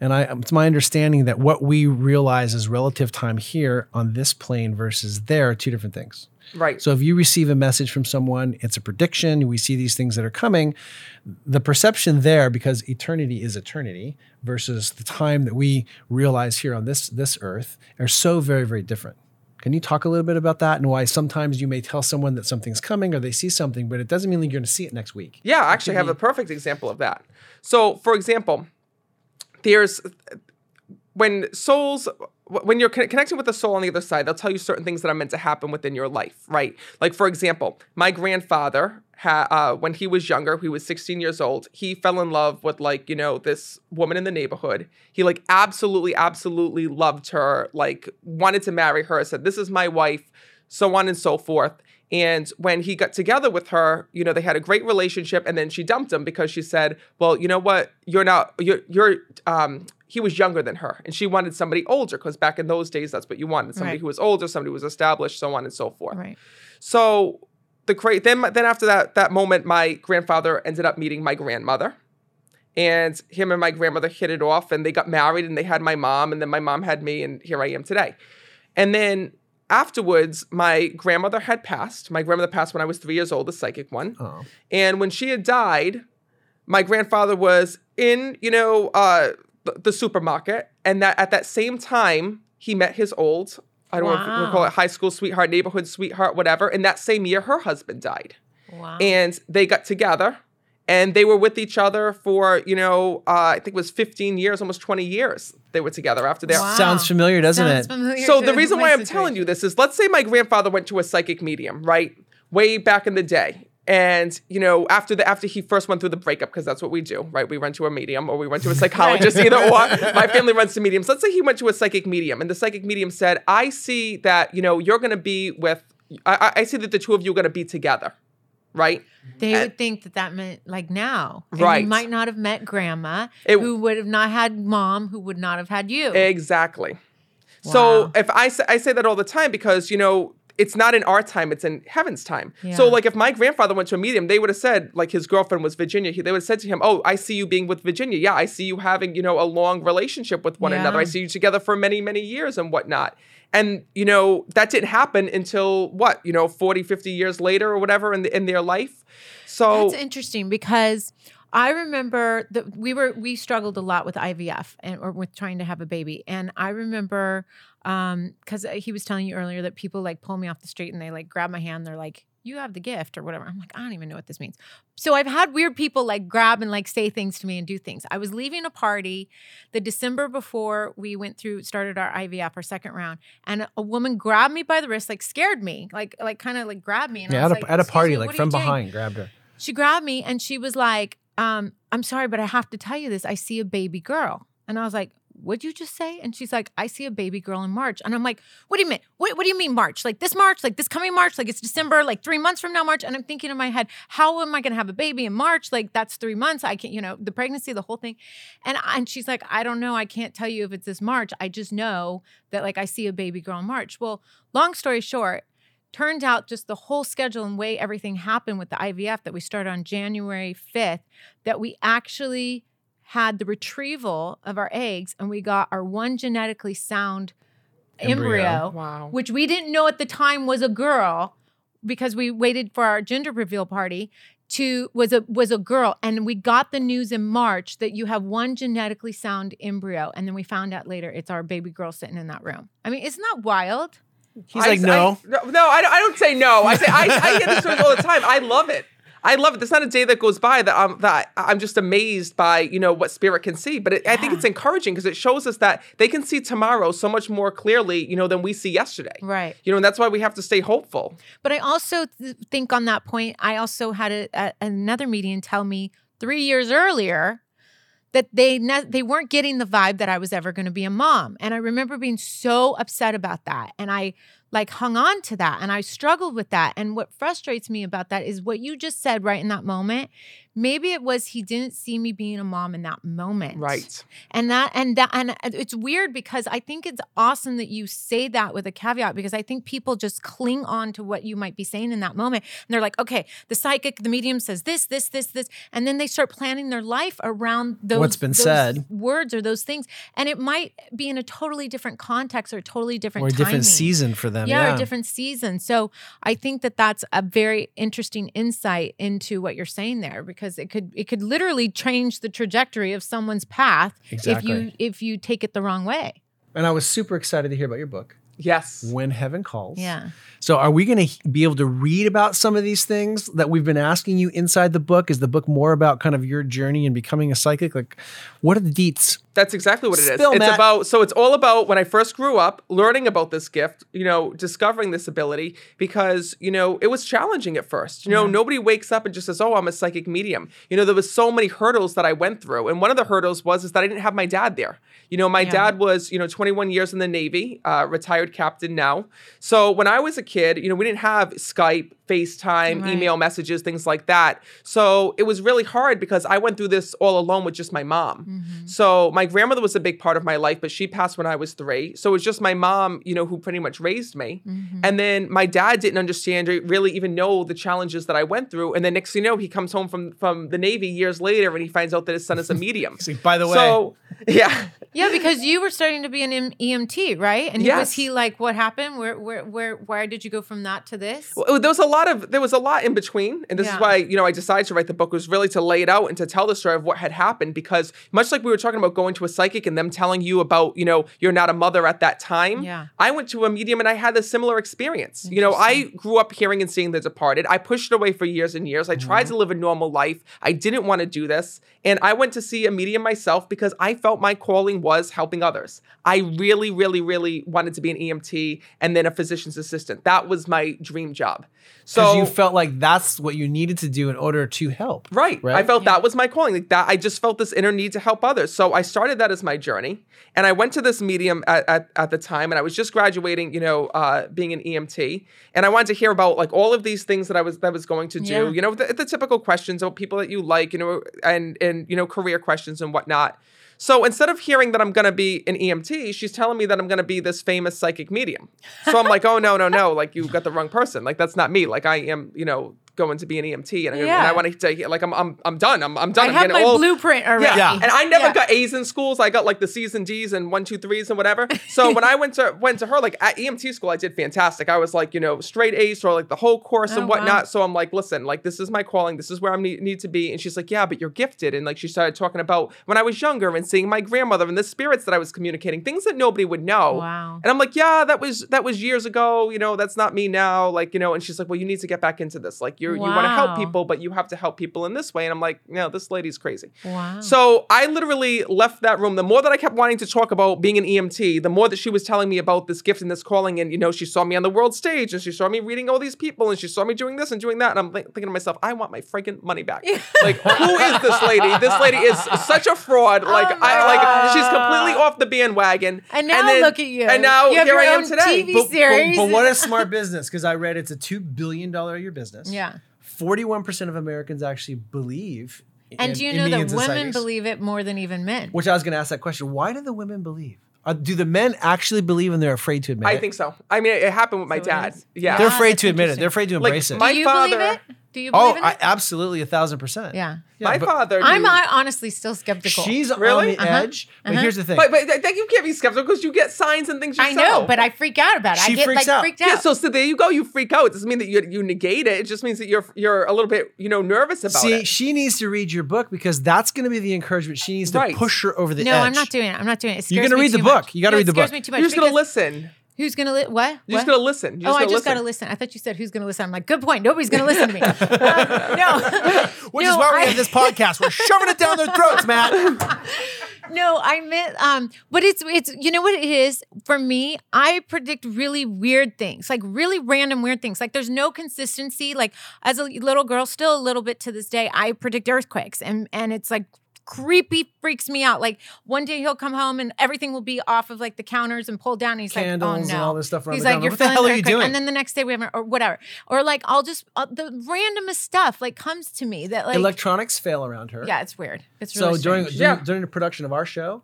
Speaker 1: And I, it's my understanding that what we realize as relative time here on this plane versus there are two different things.
Speaker 3: Right.
Speaker 1: So if you receive a message from someone, it's a prediction, we see these things that are coming. The perception there, because eternity is eternity versus the time that we realize here on this this earth, are so very, very different. Can you talk a little bit about that and why sometimes you may tell someone that something's coming or they see something, but it doesn't mean that you're gonna see it next week.
Speaker 3: Yeah, I actually have a perfect example of that. So, for example, there's when souls when you're con- connecting with the soul on the other side, they'll tell you certain things that are meant to happen within your life, right? Like for example, my grandfather ha- uh, when he was younger, he was 16 years old. He fell in love with like you know this woman in the neighborhood. He like absolutely, absolutely loved her. Like wanted to marry her. Said this is my wife, so on and so forth. And when he got together with her, you know, they had a great relationship, and then she dumped him because she said, "Well, you know what? You're not. You're. You're. Um, he was younger than her, and she wanted somebody older because back in those days, that's what you wanted: somebody
Speaker 2: Right.
Speaker 3: who was older, somebody who was established, so on and so forth."
Speaker 2: Right.
Speaker 3: So the great then then after that that moment, my grandfather ended up meeting my grandmother, and him and my grandmother hit it off, and they got married, and they had my mom, and then my mom had me, and here I am today. And then afterwards, my grandmother had passed. My grandmother passed when I was three years old, the psychic one.
Speaker 1: Oh.
Speaker 3: And when she had died, my grandfather was in, you know, uh, th- the supermarket, and that at that same time he met his old, I don't know if we
Speaker 2: Wow.
Speaker 3: call it high school sweetheart, neighborhood sweetheart, whatever. And that same year, her husband died,
Speaker 2: Wow.
Speaker 3: and they got together, and they were with each other for, you know, uh, I think it was 15 years, almost 20 years. They were together after their
Speaker 2: Wow.
Speaker 1: Sounds familiar, doesn't
Speaker 2: Sounds
Speaker 1: it?
Speaker 2: familiar
Speaker 3: so
Speaker 2: to
Speaker 3: the
Speaker 2: [laughs]
Speaker 3: reason
Speaker 2: my
Speaker 3: why I'm
Speaker 2: situation.
Speaker 3: telling you this is let's say my grandfather went to a psychic medium, right? Way back in the day. And you know, after the after he first went through the breakup, because that's what we do, right? We run to a medium or
Speaker 2: [laughs]
Speaker 3: we run to a psychologist, either or. My family runs to mediums. Let's say he went to a psychic medium, and the psychic medium said, "I see that you know you're going to be with. I, I I see that the two of you are going to be together, right?
Speaker 2: They would think that that meant like now. And
Speaker 3: Right.
Speaker 2: You might not have met grandma,
Speaker 3: It-
Speaker 2: who would have not had mom, who would not have had you.
Speaker 3: Exactly. So
Speaker 2: Wow.
Speaker 3: if I say, I say that all the time because you know it's not in our time, it's in heaven's time. So
Speaker 2: Yeah.
Speaker 3: like if my grandfather went to a medium, they would have said like his girlfriend was Virginia. He, they would have said to him, "Oh, I see you being with Virginia. Yeah, I see you having, you know, a long relationship with one another.
Speaker 2: Yeah.
Speaker 3: I see you together for many, many years and whatnot." And you know, that didn't happen until what? You know, 40, 50 years later or whatever in the, in their life. So
Speaker 2: That's interesting because I remember that we were we struggled a lot with IVF and or with trying to have a baby, and I remember because he was telling you earlier that people like pull me off the street and they like grab my hand, they're like. You have the gift or whatever. I'm like, I don't even know what this means. So I've had weird people like grab and like say things to me and do things. I was leaving a party the December before we went through started our IVF, our second round, and a woman grabbed me by the wrist, like scared me, like like kind of like grabbed me. And I
Speaker 1: Yeah, at
Speaker 2: was
Speaker 1: a,
Speaker 2: like,
Speaker 1: at a
Speaker 2: "Excuse
Speaker 1: party,
Speaker 2: me,
Speaker 1: like
Speaker 2: what are
Speaker 1: from
Speaker 2: you doing?"
Speaker 1: behind, grabbed her.
Speaker 2: she grabbed me and she was like, um, I'm sorry, but I have to tell you this. I see a baby girl. And I was like, What'd you just say? And she's like, I see a baby girl in March. And I'm like, What do you mean? What, what do you mean March? Like this March? Like this coming March? Like it's December? Like three months from now, March? And I'm thinking in my head, How am I going to have a baby in March? Like that's three months. I can't, you know, the pregnancy, the whole thing. And, I- and she's like, I don't know. I can't tell you if it's this March. I just know that like I see a baby girl in March. Well, long story short, turned out just the whole schedule and way everything happened with the IVF that we started on January 5th, that we actually had the retrieval of our eggs and we got our one genetically sound embryo,
Speaker 1: Embryo.
Speaker 3: wow.
Speaker 2: which we didn't know at the time was a girl because we waited for our gender reveal party to was a was a girl and we got the news in March that you have one genetically sound embryo and then we found out later it's our baby girl sitting in that room. I mean, isn't that wild?
Speaker 1: He's
Speaker 3: I-
Speaker 1: like,
Speaker 3: I-
Speaker 1: no.
Speaker 3: no, no, I, don't- I don't say no. I say I, I get this story all the time. I love it. I love it. There's not a day that goes by that I'm that I'm just amazed by you know what spirit can see. But it, I think
Speaker 2: Yeah.
Speaker 3: it's encouraging because it shows us that they can see tomorrow so much more clearly, you know, than we see yesterday.
Speaker 2: Right.
Speaker 3: You know, and that's why we have to stay hopeful.
Speaker 2: But I also th- think on that point, I also had a, a, another median tell me three years earlier that they ne- they weren't getting the vibe that I was ever going to be a mom, and I remember being so upset about that, and I like hung on to that, and I struggled with that. And what frustrates me about that is what you just said right in that moment. Maybe it was he didn't see me being a mom in that moment,
Speaker 3: Right.
Speaker 2: and that and that and it's weird because I think it's awesome that you say that with a caveat because I think people just cling on to what you might be saying in that moment. And they're like, okay, the psychic, the medium says this, this, this, this. And then they start planning their life around those
Speaker 1: What's been
Speaker 2: those
Speaker 1: said.
Speaker 2: words or those things. And it might be in a totally different context or a totally different
Speaker 1: Or a different
Speaker 2: timing.
Speaker 1: season for them.
Speaker 2: Yeah,
Speaker 1: Yeah.
Speaker 2: or a different season. So I think that that's a very interesting insight into what you're saying there because it could it could literally change the trajectory of someone's path
Speaker 1: Exactly.
Speaker 2: if you if you take it the wrong way.
Speaker 1: and I was super excited to hear about your book,
Speaker 3: Yes.
Speaker 1: When Heaven Calls.
Speaker 2: Yeah.
Speaker 1: So, are we going to be able to read about some of these things that we've been asking you inside the book? Is the book more about kind of your journey and becoming a psychic? Like, what are the deets?
Speaker 3: That's exactly what it is.
Speaker 1: Spill,
Speaker 3: it's
Speaker 1: Matt.
Speaker 3: about so it's all about when I first grew up, learning about this gift, you know, discovering this ability because, you know, it was challenging at first. You know, nobody wakes up and just says, "Oh, I'm a psychic medium." You know, there was so many hurdles that I went through. And one of the hurdles was is that I didn't have my dad there. You know, my dad was, you know, 21 years in the Navy, uh, retired captain now. So when I was a kid, you know, we didn't have Skype, FaceTime,
Speaker 2: Right.
Speaker 3: email messages, things like that. So it was really hard because I went through this all alone with just my mom. So my grandmother was a big part of my life, but she passed when I was three. So it was just my mom, you know, who pretty much raised me. And then my dad didn't understand or really even know the challenges that I went through. And then next thing you know, he comes home from from the Navy years later and he finds out that his son is a medium.
Speaker 1: [laughs] See, by the way,
Speaker 3: so yeah.
Speaker 2: Yeah, because you were starting to be an M- EMT, right? And was
Speaker 3: Yes.
Speaker 2: he like, what happened? Where, where, where, where did you go from that to this?
Speaker 3: Well, there was a lot of there was a lot in between, and this
Speaker 2: Yeah.
Speaker 3: is why you know I decided to write the book was really to lay it out and to tell the story of what had happened because much like we were talking about going to a psychic and them telling you about you know you're not a mother at that time.
Speaker 2: Yeah.
Speaker 3: I went to a medium and I had a similar experience. You know, I grew up hearing and seeing The Departed. I pushed it away for years and years. I tried to live a normal life. I didn't want to do this, and I went to see a medium myself because I felt my calling was helping others. I really, really, really wanted to be an EMT and then a physician's assistant. That was my dream job. So
Speaker 1: because you felt like that's what you needed to do in order to help.
Speaker 3: Right.
Speaker 1: Right?
Speaker 3: I felt that was my calling. Like that I just felt this inner need to help others. So I started that as my journey. And I went to this medium at, at, at the time and I was just graduating, you know, uh, being an EMT. And I wanted to hear about like all of these things that I was that I was going to do,
Speaker 2: Yeah.
Speaker 3: you know, the, the typical questions about people that you like, you know, and and you know, career questions and whatnot. So instead of hearing that I'm going to be an EMT, she's telling me that I'm going to be this famous psychic medium. So I'm like, oh, no, no, no. Like, you got the wrong person. Like, that's not me. Like, I am, you know, going to be an EMT and, I- and
Speaker 2: Yeah.
Speaker 3: I want to, like, I'm, I'm, I'm done. I'm, I'm
Speaker 2: I
Speaker 3: done. I'm
Speaker 2: have
Speaker 3: getting
Speaker 2: my
Speaker 3: old.
Speaker 2: blueprint already.
Speaker 3: Yeah.
Speaker 1: Yeah.
Speaker 3: And I never
Speaker 2: Yeah.
Speaker 3: got A's in schools. I got like the C's and D's and one, two, threes and whatever.
Speaker 2: [laughs]
Speaker 3: So when I went to went to her, like at EMT school, I did fantastic. I was like, you know, straight A's for like the whole course
Speaker 2: Oh,
Speaker 3: and
Speaker 2: wow.
Speaker 3: whatnot. So I'm like, listen, like this is my calling. This is where I need, need to be. And she's like, yeah, but you're gifted. And like she started talking about when I was younger and seeing my grandmother and the spirits that I was communicating, things that nobody would know.
Speaker 2: Wow.
Speaker 3: And I'm like, yeah, that was that was years ago. You know, that's not me now. Like, you know, and she's like, well, you need to get back into this. Like, you you want to
Speaker 2: Wow.
Speaker 3: help people, but you have to help people in this way. And I'm like, no, this lady's crazy.
Speaker 2: Wow. [laughs]
Speaker 3: So I literally left that room. The more that I kept wanting to talk about being an EMT, the more that she was telling me about this gift and this calling. And, you know, she saw me on the world stage and she saw me reading all these people and she saw me doing this and doing that. And I'm thi- thinking to myself, I want my freaking money back. like, who is this lady? This lady is such a fraud. Like, I like she's completely off the bandwagon.
Speaker 2: And now
Speaker 3: then-
Speaker 2: look at you.
Speaker 3: And now
Speaker 2: You have
Speaker 3: here
Speaker 2: your
Speaker 3: I am
Speaker 2: own
Speaker 3: today.
Speaker 2: TV
Speaker 3: But-
Speaker 1: But, but,
Speaker 2: series.
Speaker 1: but
Speaker 2: [laughs]
Speaker 1: what a smart business because I read it's a two billion dollar a year business.
Speaker 2: Yeah.
Speaker 1: forty-one percent of Americans actually believe.
Speaker 2: And
Speaker 1: in-
Speaker 2: do you
Speaker 1: in
Speaker 2: know that
Speaker 1: mediums
Speaker 2: women
Speaker 1: and psychics.
Speaker 2: believe it more than even men?
Speaker 1: Which I was going to ask that question: Why do the women believe? Uh, do the men actually believe, and they're afraid to admit
Speaker 3: I
Speaker 1: it?
Speaker 3: think so. I mean, it happened with my
Speaker 2: So it
Speaker 3: dad.
Speaker 2: is.
Speaker 3: Yeah.
Speaker 1: they're
Speaker 2: Ah,
Speaker 1: afraid
Speaker 2: that's
Speaker 1: to admit it.
Speaker 2: interesting.
Speaker 1: They're afraid to
Speaker 3: Like,
Speaker 1: embrace it.
Speaker 3: my
Speaker 2: do you believe
Speaker 3: father-
Speaker 2: it? Do you believe
Speaker 1: oh,
Speaker 2: in
Speaker 1: I,
Speaker 2: it?
Speaker 1: absolutely, a thousand percent.
Speaker 2: Yeah.
Speaker 1: Yeah,
Speaker 3: my
Speaker 1: but
Speaker 3: father.
Speaker 2: I'm
Speaker 3: dude,
Speaker 2: uh, honestly still skeptical.
Speaker 1: She's
Speaker 3: Really?
Speaker 1: on the
Speaker 2: Uh-huh.
Speaker 1: edge. But
Speaker 2: Uh-huh.
Speaker 1: here's the thing.
Speaker 3: But, but I think you can't be skeptical because you get signs and things
Speaker 2: I
Speaker 3: yourself.
Speaker 2: know, but I freak out about it. I
Speaker 1: She
Speaker 2: get
Speaker 1: freaks
Speaker 2: like
Speaker 1: out.
Speaker 2: freaked out.
Speaker 3: Yeah, so so there you go. You freak out. It doesn't mean that you you negate it. It just means that you're you're a little bit you know nervous about
Speaker 1: See,
Speaker 3: it.
Speaker 1: she needs to read your book because that's going to be the encouragement. She needs to
Speaker 3: Right.
Speaker 1: push her over the
Speaker 2: no,
Speaker 1: edge.
Speaker 2: I'm not doing it. I'm not doing it. it
Speaker 1: You're
Speaker 2: going to
Speaker 1: gonna read the book. You gotta read the
Speaker 2: scares
Speaker 1: book.
Speaker 2: Me too much
Speaker 3: You're just gonna
Speaker 2: because-
Speaker 3: listen.
Speaker 2: Who's going to li- what?
Speaker 3: You're just
Speaker 2: What?
Speaker 3: gonna listen. You're
Speaker 2: Oh, I
Speaker 3: just gonna
Speaker 2: just got to listen. I thought you said who's going to listen. I'm like, good point. Nobody's going to listen
Speaker 1: [laughs]
Speaker 2: to me. Um, no,
Speaker 1: Which
Speaker 2: No,
Speaker 1: is why we
Speaker 2: I-
Speaker 1: have this podcast. We're shoving it down their throats, Matt.
Speaker 2: [laughs] no, I meant. Um, but it's it's you know what it is for me. I predict really weird things, like really random weird things. Like there's no consistency. Like as a little girl, still a little bit to this day, I predict earthquakes, and and it's like creepy freaks me out like one day he'll come home and everything will be off of like the counters and pulled down and he's like oh
Speaker 1: Candles
Speaker 2: no
Speaker 1: and all this stuff around
Speaker 2: he's
Speaker 1: the
Speaker 2: like
Speaker 1: counter.
Speaker 2: you're
Speaker 1: What the
Speaker 2: feeling
Speaker 1: hell are you
Speaker 2: earthquake.
Speaker 1: doing?
Speaker 2: and then the next day we have or whatever or like i'll just uh, the randomest stuff like comes to me that like
Speaker 1: Electronics fail around her.
Speaker 2: yeah it's weird it's
Speaker 1: so
Speaker 2: really
Speaker 1: during
Speaker 2: strange.
Speaker 1: during,
Speaker 3: Yeah.
Speaker 1: during the production of our show,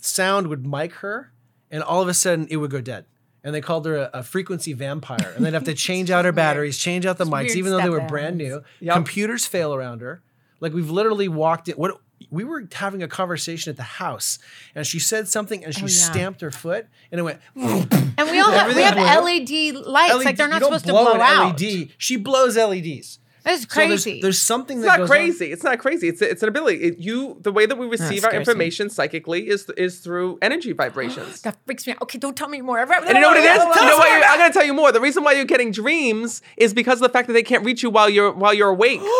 Speaker 1: sound would mic her, and all of a sudden it would go dead. And they called her a, a frequency vampire, and they'd
Speaker 2: [laughs]
Speaker 1: have to change out her batteries, change out the
Speaker 2: It's
Speaker 1: mics,
Speaker 2: weird
Speaker 1: even though they
Speaker 2: stuff
Speaker 1: were
Speaker 2: that
Speaker 1: brand new.
Speaker 3: Yep.
Speaker 1: Computers fail around her. Like we've literally walked in. What we were having a conversation at the house, and she said something, and she
Speaker 2: Oh, yeah.
Speaker 1: stamped her foot, and it went.
Speaker 2: [laughs] And we all have, we
Speaker 1: Everything
Speaker 2: have
Speaker 1: blue.
Speaker 2: LED
Speaker 3: E
Speaker 2: lights.
Speaker 1: LED
Speaker 2: like they're
Speaker 1: you
Speaker 2: not
Speaker 1: don't
Speaker 2: supposed to blow
Speaker 1: an
Speaker 2: out.
Speaker 1: LED. She blows LEDs.
Speaker 2: That's
Speaker 1: So there's-
Speaker 2: crazy.
Speaker 1: there's, something
Speaker 3: It's
Speaker 1: that
Speaker 3: not
Speaker 1: goes on.
Speaker 3: crazy. It's not crazy. It's it's an ability. It, you the way that we receive our
Speaker 2: scares me.
Speaker 3: information psychically is is through energy
Speaker 2: [gasps]
Speaker 3: vibrations.
Speaker 2: that freaks me out. Okay, don't tell me more.
Speaker 3: And you know what it is? You know why? you- I'm gonna tell you more. The reason why you're getting dreams is because of the fact that they can't reach you while you're while you're
Speaker 2: [gasps]
Speaker 1: [gasps]
Speaker 3: awake.
Speaker 1: Cause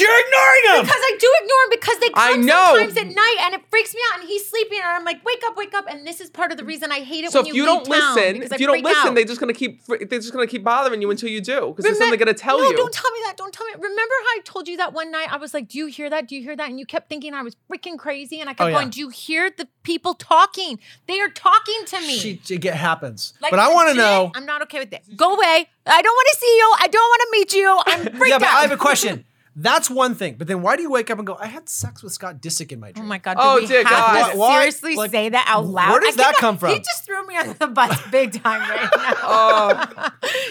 Speaker 1: you're ignoring them.
Speaker 2: Because I do ignore him because they
Speaker 3: I
Speaker 2: come
Speaker 3: know.
Speaker 2: sometimes at night and it freaks me out. And he's sleeping and I'm like, wake up, wake up. And this is part of the reason I hate it
Speaker 3: So
Speaker 2: when
Speaker 3: if
Speaker 2: you,
Speaker 3: you don't
Speaker 2: leave town
Speaker 3: listen,
Speaker 2: because I
Speaker 3: if you don't
Speaker 2: freak
Speaker 3: listen,
Speaker 2: out.
Speaker 3: they're just gonna keep fr- they're just gonna keep bothering you until you do because there's something
Speaker 2: Remem-
Speaker 3: they're gonna tell
Speaker 2: no,
Speaker 3: you.
Speaker 2: don't tell me that. Don't tell me. Remember how I told you that one night? I was like, "Do you hear that? Do you hear that?" And you kept thinking I was freaking crazy, and
Speaker 3: Oh,
Speaker 2: I kept
Speaker 1: yeah.
Speaker 2: going, "Do you hear the people talking? They are talking to me."
Speaker 1: She it get- happens.
Speaker 2: Like,
Speaker 1: but I want to
Speaker 2: legit,
Speaker 1: know.
Speaker 2: I'm not okay with it. Go away. I don't want to see you. I don't want to meet you. I'm
Speaker 1: [laughs]
Speaker 2: freaked
Speaker 1: yeah, but
Speaker 2: out.
Speaker 1: I have a
Speaker 2: [laughs]
Speaker 1: question. That's one thing. But then why do you wake up and go, I had sex with Scott Disick in my
Speaker 2: Oh
Speaker 1: dream?
Speaker 2: my god!
Speaker 3: Oh,
Speaker 2: do we
Speaker 3: dear
Speaker 2: have
Speaker 3: God.
Speaker 2: to
Speaker 1: Why- why-
Speaker 2: seriously
Speaker 1: like,
Speaker 2: say that out loud?
Speaker 1: where does
Speaker 2: I
Speaker 1: that
Speaker 2: cannot-
Speaker 1: come from? Oh.
Speaker 2: He just threw me under
Speaker 1: [laughs]
Speaker 2: the bus big time right now. [laughs]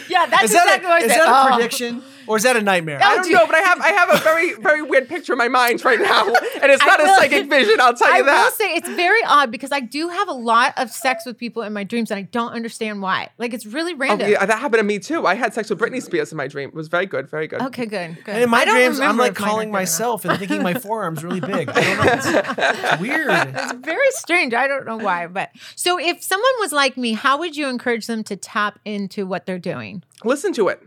Speaker 2: yeah, that's
Speaker 1: Is that,
Speaker 2: exactly what I
Speaker 1: a, is
Speaker 2: said.
Speaker 1: that a
Speaker 2: Oh.
Speaker 1: prediction or is that a nightmare?
Speaker 3: I
Speaker 2: Oh,
Speaker 3: don't
Speaker 2: do-
Speaker 3: know, but I have I have a very very weird picture in my mind
Speaker 2: [laughs]
Speaker 3: right now, and it's
Speaker 2: I
Speaker 3: not a
Speaker 2: will-
Speaker 3: psychic vision. I'll tell you
Speaker 2: I
Speaker 3: that.
Speaker 2: will say it's very odd because I do have a lot of sex with people in my dreams, and I don't understand why. Like it's really
Speaker 3: Oh,
Speaker 2: random.
Speaker 3: yeah, that happened to me too. I had sex with Britney Spears in my dream. It was very good, very good.
Speaker 2: Okay, good. good.
Speaker 1: And in my
Speaker 2: I don't
Speaker 1: dreams, I'm
Speaker 2: remember
Speaker 1: like
Speaker 2: if mine are
Speaker 1: calling
Speaker 2: good or not.
Speaker 1: myself and thinking
Speaker 2: [laughs]
Speaker 1: my forearm's really big. I don't know. It's, it's weird.
Speaker 2: It's very strange. I don't know why, but so if someone was like me, how would you encourage them to tap into what they're doing?
Speaker 3: Listen to it.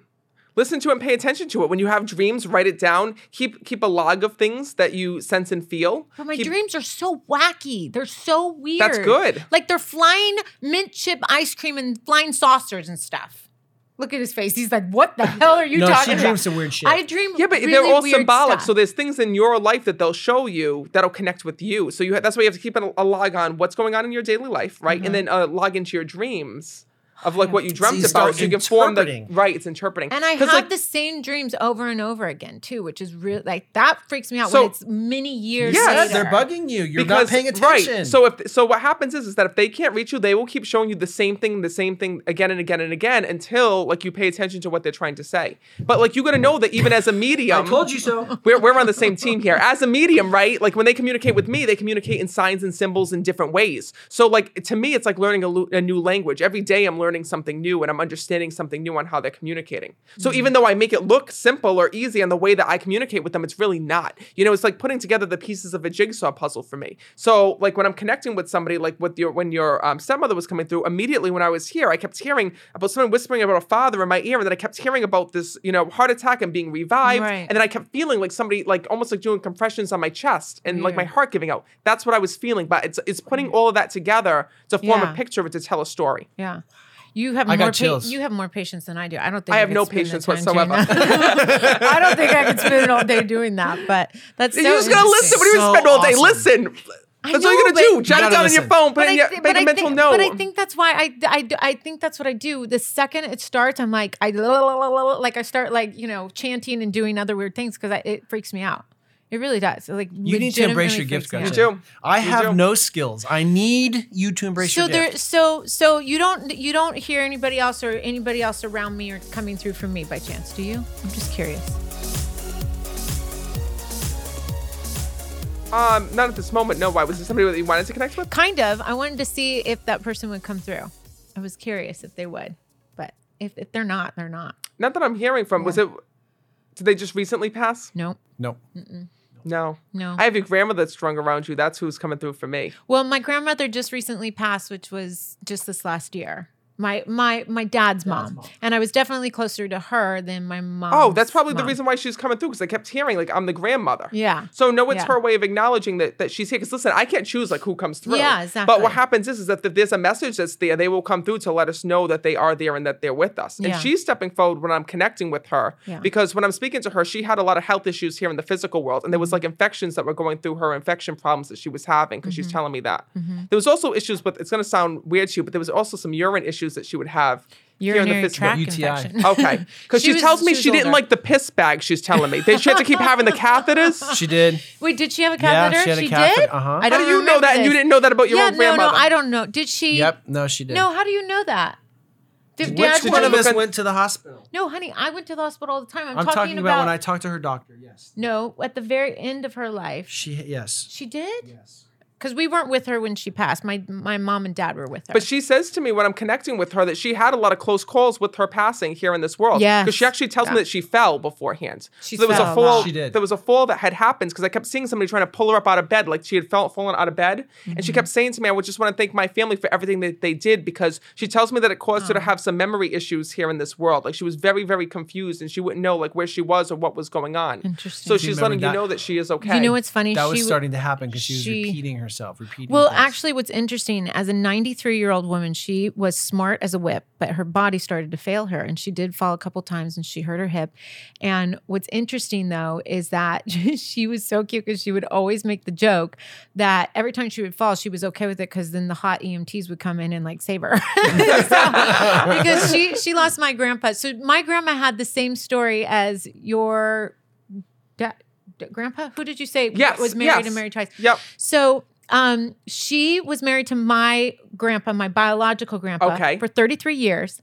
Speaker 3: Listen to it and pay attention to it. When you have dreams, write it down. Keep keep a log of things that you sense and feel.
Speaker 2: But Oh, my
Speaker 3: Keep-
Speaker 2: dreams are so wacky. They're so weird.
Speaker 3: That's good.
Speaker 2: Like they're flying mint chip ice cream and flying saucers and stuff. Look at his face. He's like, "What the hell are you
Speaker 1: No, she
Speaker 2: talking about?"
Speaker 1: dreams some weird shit.
Speaker 2: I dream.
Speaker 3: Yeah, but
Speaker 2: really
Speaker 3: they're all
Speaker 2: weird
Speaker 3: symbolic.
Speaker 2: stuff.
Speaker 3: So there's things in your life that they'll show you that'll connect with you.
Speaker 2: Mm-hmm.
Speaker 3: So you ha- that's why you have to keep a, a log on what's going on in your daily life, right? And then uh, log into your dreams. of like what you dreamt
Speaker 1: you
Speaker 3: about.
Speaker 1: start
Speaker 3: So you can form the
Speaker 1: interpreting.
Speaker 3: right. It's interpreting.
Speaker 2: And I
Speaker 3: 'Cause,
Speaker 2: have
Speaker 3: like,
Speaker 2: the same dreams over and over again too, which is real. Like that freaks me out
Speaker 3: So-
Speaker 2: when it's many years.
Speaker 3: Yes.
Speaker 1: Yes,
Speaker 2: later.
Speaker 1: they're bugging you. You're not paying attention.
Speaker 3: Right. So if so, what happens is is that if they can't reach you, they will keep showing you the same thing, the same thing again and again and again until like you pay attention to what they're trying to say. But like you got to know that even as a medium,
Speaker 4: I told you
Speaker 3: [laughs]
Speaker 4: so.
Speaker 3: we're, we're on the same team here. As a medium, right? Like when they communicate with me, they communicate in signs and symbols in different ways. So, like to me, it's like learning a, lu- a new language. Every day, I'm learning something new and I'm understanding something new on how they're communicating. So, even though I make it look simple or easy on the way that I communicate with them, it's really not. You know, it's like putting together the pieces of a jigsaw puzzle for me. So, like when I'm connecting with somebody, like with your when your um, stepmother was coming through, immediately when I was here, I kept hearing about someone whispering about a father in my ear, and then I kept hearing about this, you know, heart attack and being revived,
Speaker 2: Right.
Speaker 3: and then I kept feeling like somebody, like almost like doing compressions on my chest and like my
Speaker 2: Weird.
Speaker 3: heart giving out. That's what I was feeling. But it's it's putting all of that together to form
Speaker 2: Yeah.
Speaker 3: a picture to tell a story.
Speaker 2: Yeah. You have
Speaker 1: I got
Speaker 2: more pa-
Speaker 1: chills.
Speaker 2: you have more patience than I do. I don't think
Speaker 3: I have
Speaker 2: could
Speaker 3: no
Speaker 2: spend the
Speaker 3: patience
Speaker 2: time doing
Speaker 3: whatsoever.
Speaker 2: that. [laughs] I don't think I could spend all day doing that. But that's so
Speaker 3: you're just gonna
Speaker 2: interesting.
Speaker 3: listen. What do you
Speaker 1: So
Speaker 3: spend all day?
Speaker 1: awesome.
Speaker 3: Listen.
Speaker 2: I
Speaker 3: That's all
Speaker 2: know,
Speaker 3: you're
Speaker 2: but-
Speaker 3: gonna do.
Speaker 2: You
Speaker 3: Jot it
Speaker 1: gotta
Speaker 3: down
Speaker 1: listen.
Speaker 3: on your phone. Put
Speaker 2: But
Speaker 3: in
Speaker 2: I,
Speaker 3: your,
Speaker 2: thi-
Speaker 3: make
Speaker 2: but
Speaker 3: a
Speaker 2: I
Speaker 3: mental
Speaker 2: think,
Speaker 3: note.
Speaker 2: but I think that's why I, I, I think that's what I do. The second it starts, I'm like I like I start like you know chanting and doing other weird things because it freaks me out. It really does. It, like
Speaker 1: you need to embrace
Speaker 2: legitimately
Speaker 1: your gift,
Speaker 2: freaks
Speaker 1: guys.
Speaker 2: me out.
Speaker 3: You do.
Speaker 1: I
Speaker 3: You
Speaker 1: have
Speaker 3: do.
Speaker 1: no skills. I need you to embrace
Speaker 2: so
Speaker 1: your
Speaker 2: there
Speaker 1: gift.
Speaker 2: so so you don't you don't hear anybody else or anybody else around me or coming through from me by chance do you i'm just curious
Speaker 3: um, not at this moment. No. Why was there somebody that you wanted to connect with?
Speaker 2: kind of i wanted to see if that person would come through i was curious if they would but if, if they're not they're not
Speaker 3: Not that I'm hearing from. Was it? Did they just recently pass?
Speaker 2: no
Speaker 1: No.
Speaker 3: No.
Speaker 2: no
Speaker 3: I have your grandmother that's strung around you. That's who's coming through for me.
Speaker 2: well my grandmother just recently passed which was just this last year my my my dad's, mom. and i was definitely closer to her than my mom
Speaker 3: Oh, that's probably the reason why she's coming through because I kept hearing like I'm the grandmother.
Speaker 2: yeah
Speaker 3: So no, it's
Speaker 2: Yeah.
Speaker 3: her way of acknowledging that, that she's here. Because listen, I can't choose like who comes through.
Speaker 2: Yeah,
Speaker 3: But
Speaker 2: exactly.
Speaker 3: what happens is, is that if there's a message that's there, they will come through to let us know that they are there and that they're with us.
Speaker 2: Yeah.
Speaker 3: And she's stepping forward when I'm connecting with her
Speaker 2: Yeah.
Speaker 3: because when I'm speaking to her, she had a lot of health issues here in the physical world, and there was
Speaker 2: Mm-hmm.
Speaker 3: like infections that were going through her, infection problems that she was having because
Speaker 2: Mm-hmm.
Speaker 3: she's telling me that. There was also issues with. It's going to sound weird to you, but there was also some urine issues that she would have. here in the
Speaker 2: urinary
Speaker 3: physical-
Speaker 2: tract
Speaker 1: UTI.
Speaker 2: infection [laughs]
Speaker 3: Okay, because
Speaker 2: She
Speaker 3: she,
Speaker 2: was-
Speaker 3: tells me
Speaker 2: she was
Speaker 3: she, didn't
Speaker 2: older.
Speaker 3: like the piss bag. She's telling me they she had to keep having
Speaker 2: [laughs]
Speaker 3: the catheters.
Speaker 1: She did.
Speaker 2: Wait, did she have a
Speaker 1: Yeah,
Speaker 2: catheter?
Speaker 1: she had a
Speaker 2: did.
Speaker 1: catheter, uh-huh.
Speaker 2: Oh, I
Speaker 3: How
Speaker 2: don't
Speaker 3: do you know
Speaker 2: remember
Speaker 3: that? And you
Speaker 2: this.
Speaker 3: didn't know that about your
Speaker 2: yeah,
Speaker 3: own
Speaker 2: no,
Speaker 3: grandmother.
Speaker 2: no, I don't know. Did she?
Speaker 1: Yep. No, she did.
Speaker 2: No, how do you know that? Did
Speaker 1: Which
Speaker 2: Dad
Speaker 3: did
Speaker 1: one
Speaker 3: you
Speaker 1: of
Speaker 3: look
Speaker 1: us
Speaker 3: at-
Speaker 1: went to the hospital?
Speaker 2: No, honey, I went to the hospital all the time. I'm,
Speaker 1: I'm talking about when I talked to her doctor. Yes.
Speaker 2: no, at the very end of her life,
Speaker 1: She. Yes.
Speaker 2: she did.
Speaker 1: Yes.
Speaker 2: Because we weren't with her when she passed. My my mom and dad were with her.
Speaker 3: But she says to me when I'm connecting with her that she had a lot of close calls with her passing here in this world.
Speaker 2: Yes.
Speaker 3: Because she actually tells
Speaker 2: Yeah.
Speaker 3: me that she fell beforehand.
Speaker 2: She
Speaker 3: so there was
Speaker 2: fell,
Speaker 3: a fall.
Speaker 2: wow.
Speaker 1: She did.
Speaker 3: There was a fall that had happened because I kept seeing somebody trying to pull her up out of bed, like she had fell, fallen out of bed. And
Speaker 2: Mm-hmm.
Speaker 3: she kept saying to me, I would just want to thank my family for everything that they did because she tells me that it caused
Speaker 2: Oh.
Speaker 3: her to have some memory issues here in this world. Like she was very, very confused and she wouldn't know like where she was or what was going on.
Speaker 2: Interesting.
Speaker 3: So
Speaker 2: Do
Speaker 1: you
Speaker 3: she's letting
Speaker 1: remember
Speaker 3: you
Speaker 1: that?
Speaker 3: know that she is okay.
Speaker 2: you know what's funny?
Speaker 1: That
Speaker 2: she
Speaker 1: was
Speaker 2: w-
Speaker 1: starting to happen because she was
Speaker 2: she-
Speaker 1: repeating herself, repeating.
Speaker 2: Well,
Speaker 1: things.
Speaker 2: actually, what's interesting as a 93 year old woman, she was smart as a whip, but her body started to fail her, and she did fall a couple times, and she hurt her hip. And what's interesting though is that [laughs] she was so cute because she would always make the joke that every time she would fall, she was okay with it because then the hot EMTs would come in and like save her. [laughs] So, [laughs]
Speaker 3: [laughs]
Speaker 2: because she she lost my grandpa, so my grandma had the same story as your. Da- da- Grandpa, who did you say
Speaker 3: Yes,
Speaker 2: was married
Speaker 3: yes.
Speaker 2: and married twice?
Speaker 3: Yep.
Speaker 2: So um, she was married to my grandpa, my biological grandpa,
Speaker 3: Okay.
Speaker 2: for 33 years.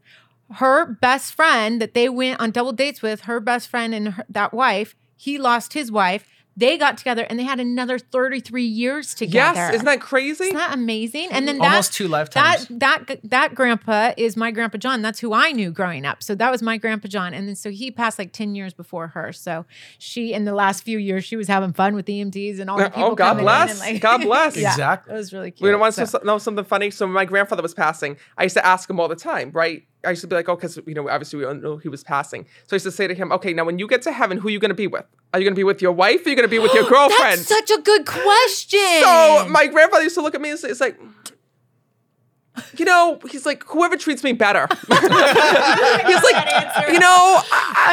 Speaker 2: Her best friend that they went on double dates with, her best friend and her, that wife, he lost his wife. They got together and they had another 33 years together.
Speaker 3: Yes. Isn't that crazy?
Speaker 2: Isn't that amazing? And then that
Speaker 1: [laughs] almost two
Speaker 2: that
Speaker 1: lifetimes.
Speaker 2: that that grandpa is my grandpa John. That's who I knew growing up. So that was my grandpa John, and then so he passed like ten years before her. So she, in the last few years, she was having fun with EMTs and all the
Speaker 3: Oh,
Speaker 2: people.
Speaker 3: God
Speaker 2: coming in
Speaker 3: bless.
Speaker 2: and, like- [laughs]
Speaker 3: God bless.
Speaker 2: Yeah,
Speaker 1: Exactly.
Speaker 2: It was really cute.
Speaker 3: We don't want
Speaker 2: So-
Speaker 3: to know something funny. So when my grandfather was passing, I used to ask him all the time, right? I used to be like, oh, because you know, obviously we don't know he was passing. So I used to say to him, okay, now when you get to heaven, who are you going to be with? Are you going to be with your wife? Or are you going to be
Speaker 1: [gasps]
Speaker 3: with your girlfriend?
Speaker 2: That's such a good question. [laughs]
Speaker 3: so my grandfather used to look at me and say, it's like, you know, he's like, whoever treats me better. [laughs] he's like,
Speaker 2: That answer.
Speaker 3: you
Speaker 1: [laughs]
Speaker 3: know, I,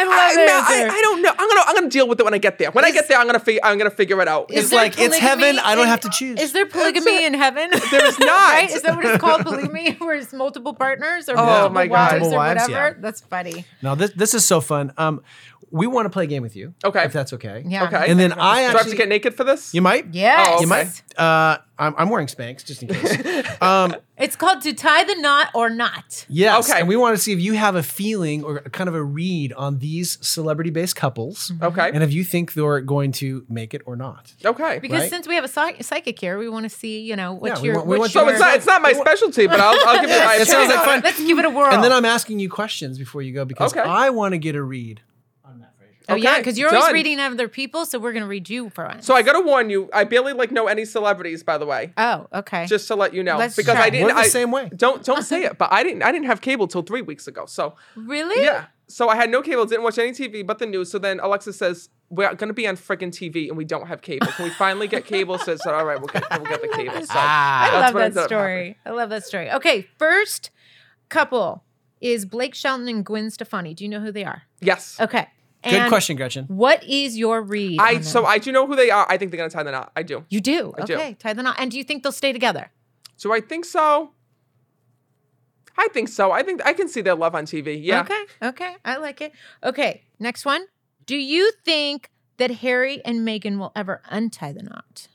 Speaker 3: I,
Speaker 2: That
Speaker 3: like- no,
Speaker 2: answer.
Speaker 3: I, I don't know. I'm gonna, I'm gonna deal with it when I get there. When I get there, I'm gonna, fi- I'm gonna figure it out.
Speaker 2: Is
Speaker 3: It's
Speaker 2: there
Speaker 3: like,
Speaker 4: like, it's heaven,
Speaker 2: polygamy
Speaker 4: I don't
Speaker 2: in-
Speaker 4: have to choose.
Speaker 2: Is there polygamy in
Speaker 3: [laughs]
Speaker 2: heaven?
Speaker 3: There's not.
Speaker 2: right? Is that what it's called? Polygamy, [laughs] where it's multiple partners or
Speaker 3: Oh
Speaker 2: multiple
Speaker 3: my God.
Speaker 2: wives
Speaker 1: Multiple
Speaker 2: or
Speaker 1: wives,
Speaker 2: whatever?
Speaker 1: yeah.
Speaker 2: That's funny.
Speaker 1: Now this this is so fun. Um, we want to play a game with you.
Speaker 3: Okay.
Speaker 1: if that's okay.
Speaker 2: Yeah.
Speaker 3: Okay.
Speaker 1: And then I
Speaker 3: do I have to
Speaker 1: actually
Speaker 3: get naked for this?
Speaker 1: you might.
Speaker 2: Yes.
Speaker 3: Oh,
Speaker 1: You
Speaker 3: okay.
Speaker 1: might. Uh, I'm, I'm wearing Spanx just in case. um,
Speaker 2: It's called to tie the knot or not.
Speaker 1: yes.
Speaker 3: Okay.
Speaker 1: And we want to see if you have a feeling or a kind of a read on these celebrity based couples
Speaker 3: Mm-hmm. okay.
Speaker 1: and if you think they're going to make it or not.
Speaker 3: okay.
Speaker 2: Because
Speaker 1: Right.
Speaker 2: since we have a psych- psychic here, we want to see, you know,
Speaker 1: Yeah,
Speaker 2: what's
Speaker 1: we
Speaker 2: your.
Speaker 1: want- we want
Speaker 2: what's
Speaker 3: so
Speaker 1: you
Speaker 2: your-
Speaker 3: it's not, it's not my specialty, but I'll, I'll
Speaker 2: [laughs]
Speaker 3: give it my
Speaker 1: That sounds
Speaker 3: opinion.
Speaker 1: like fun.
Speaker 2: Let's give it a whirl.
Speaker 1: And then I'm asking you questions before you go because
Speaker 3: Oh. Okay.
Speaker 1: I want to get a read.
Speaker 2: oh, yeah,
Speaker 3: Okay,
Speaker 2: because you're always
Speaker 3: done.
Speaker 2: reading other people, so we're going to read you for us.
Speaker 3: So I gotta warn you, I barely like know any celebrities, by the way.
Speaker 2: oh, okay.
Speaker 3: Just to let you know,
Speaker 2: Let's
Speaker 3: because
Speaker 2: try.
Speaker 3: I didn't.
Speaker 1: We're the
Speaker 3: I-
Speaker 1: same way.
Speaker 3: Don't
Speaker 2: [laughs]
Speaker 3: don't say it, but I didn't. I didn't have cable till three weeks ago. So
Speaker 2: really?
Speaker 3: yeah. So I had no cable, didn't watch any TV but the news. So then Alexa says, We're gonna be on freaking TV and we don't have cable. Can we finally get cable? So it's all right, we'll get we'll
Speaker 2: [laughs]
Speaker 3: get the cable. So
Speaker 2: I
Speaker 3: that's
Speaker 2: love
Speaker 3: what
Speaker 2: that
Speaker 3: ended up
Speaker 2: story. I love that story. Okay, first couple is Blake Shelton and Gwen Stefani. Do you know who they are?
Speaker 3: yes.
Speaker 2: Okay.
Speaker 1: Good
Speaker 2: And
Speaker 1: question, Gretchen.
Speaker 2: What is your read?
Speaker 3: I
Speaker 2: on
Speaker 3: so
Speaker 2: them?
Speaker 3: I do know who they are. I think they're gonna tie the knot. I do.
Speaker 2: you do.
Speaker 3: I do.
Speaker 2: okay, tie the knot. And do you think they'll stay together?
Speaker 3: Do I think so? I think so. I think I can see their love on TV. Yeah.
Speaker 2: Okay. Okay. I like it. Okay. Next one. Do you think that Harry and Meghan will ever untie the knot?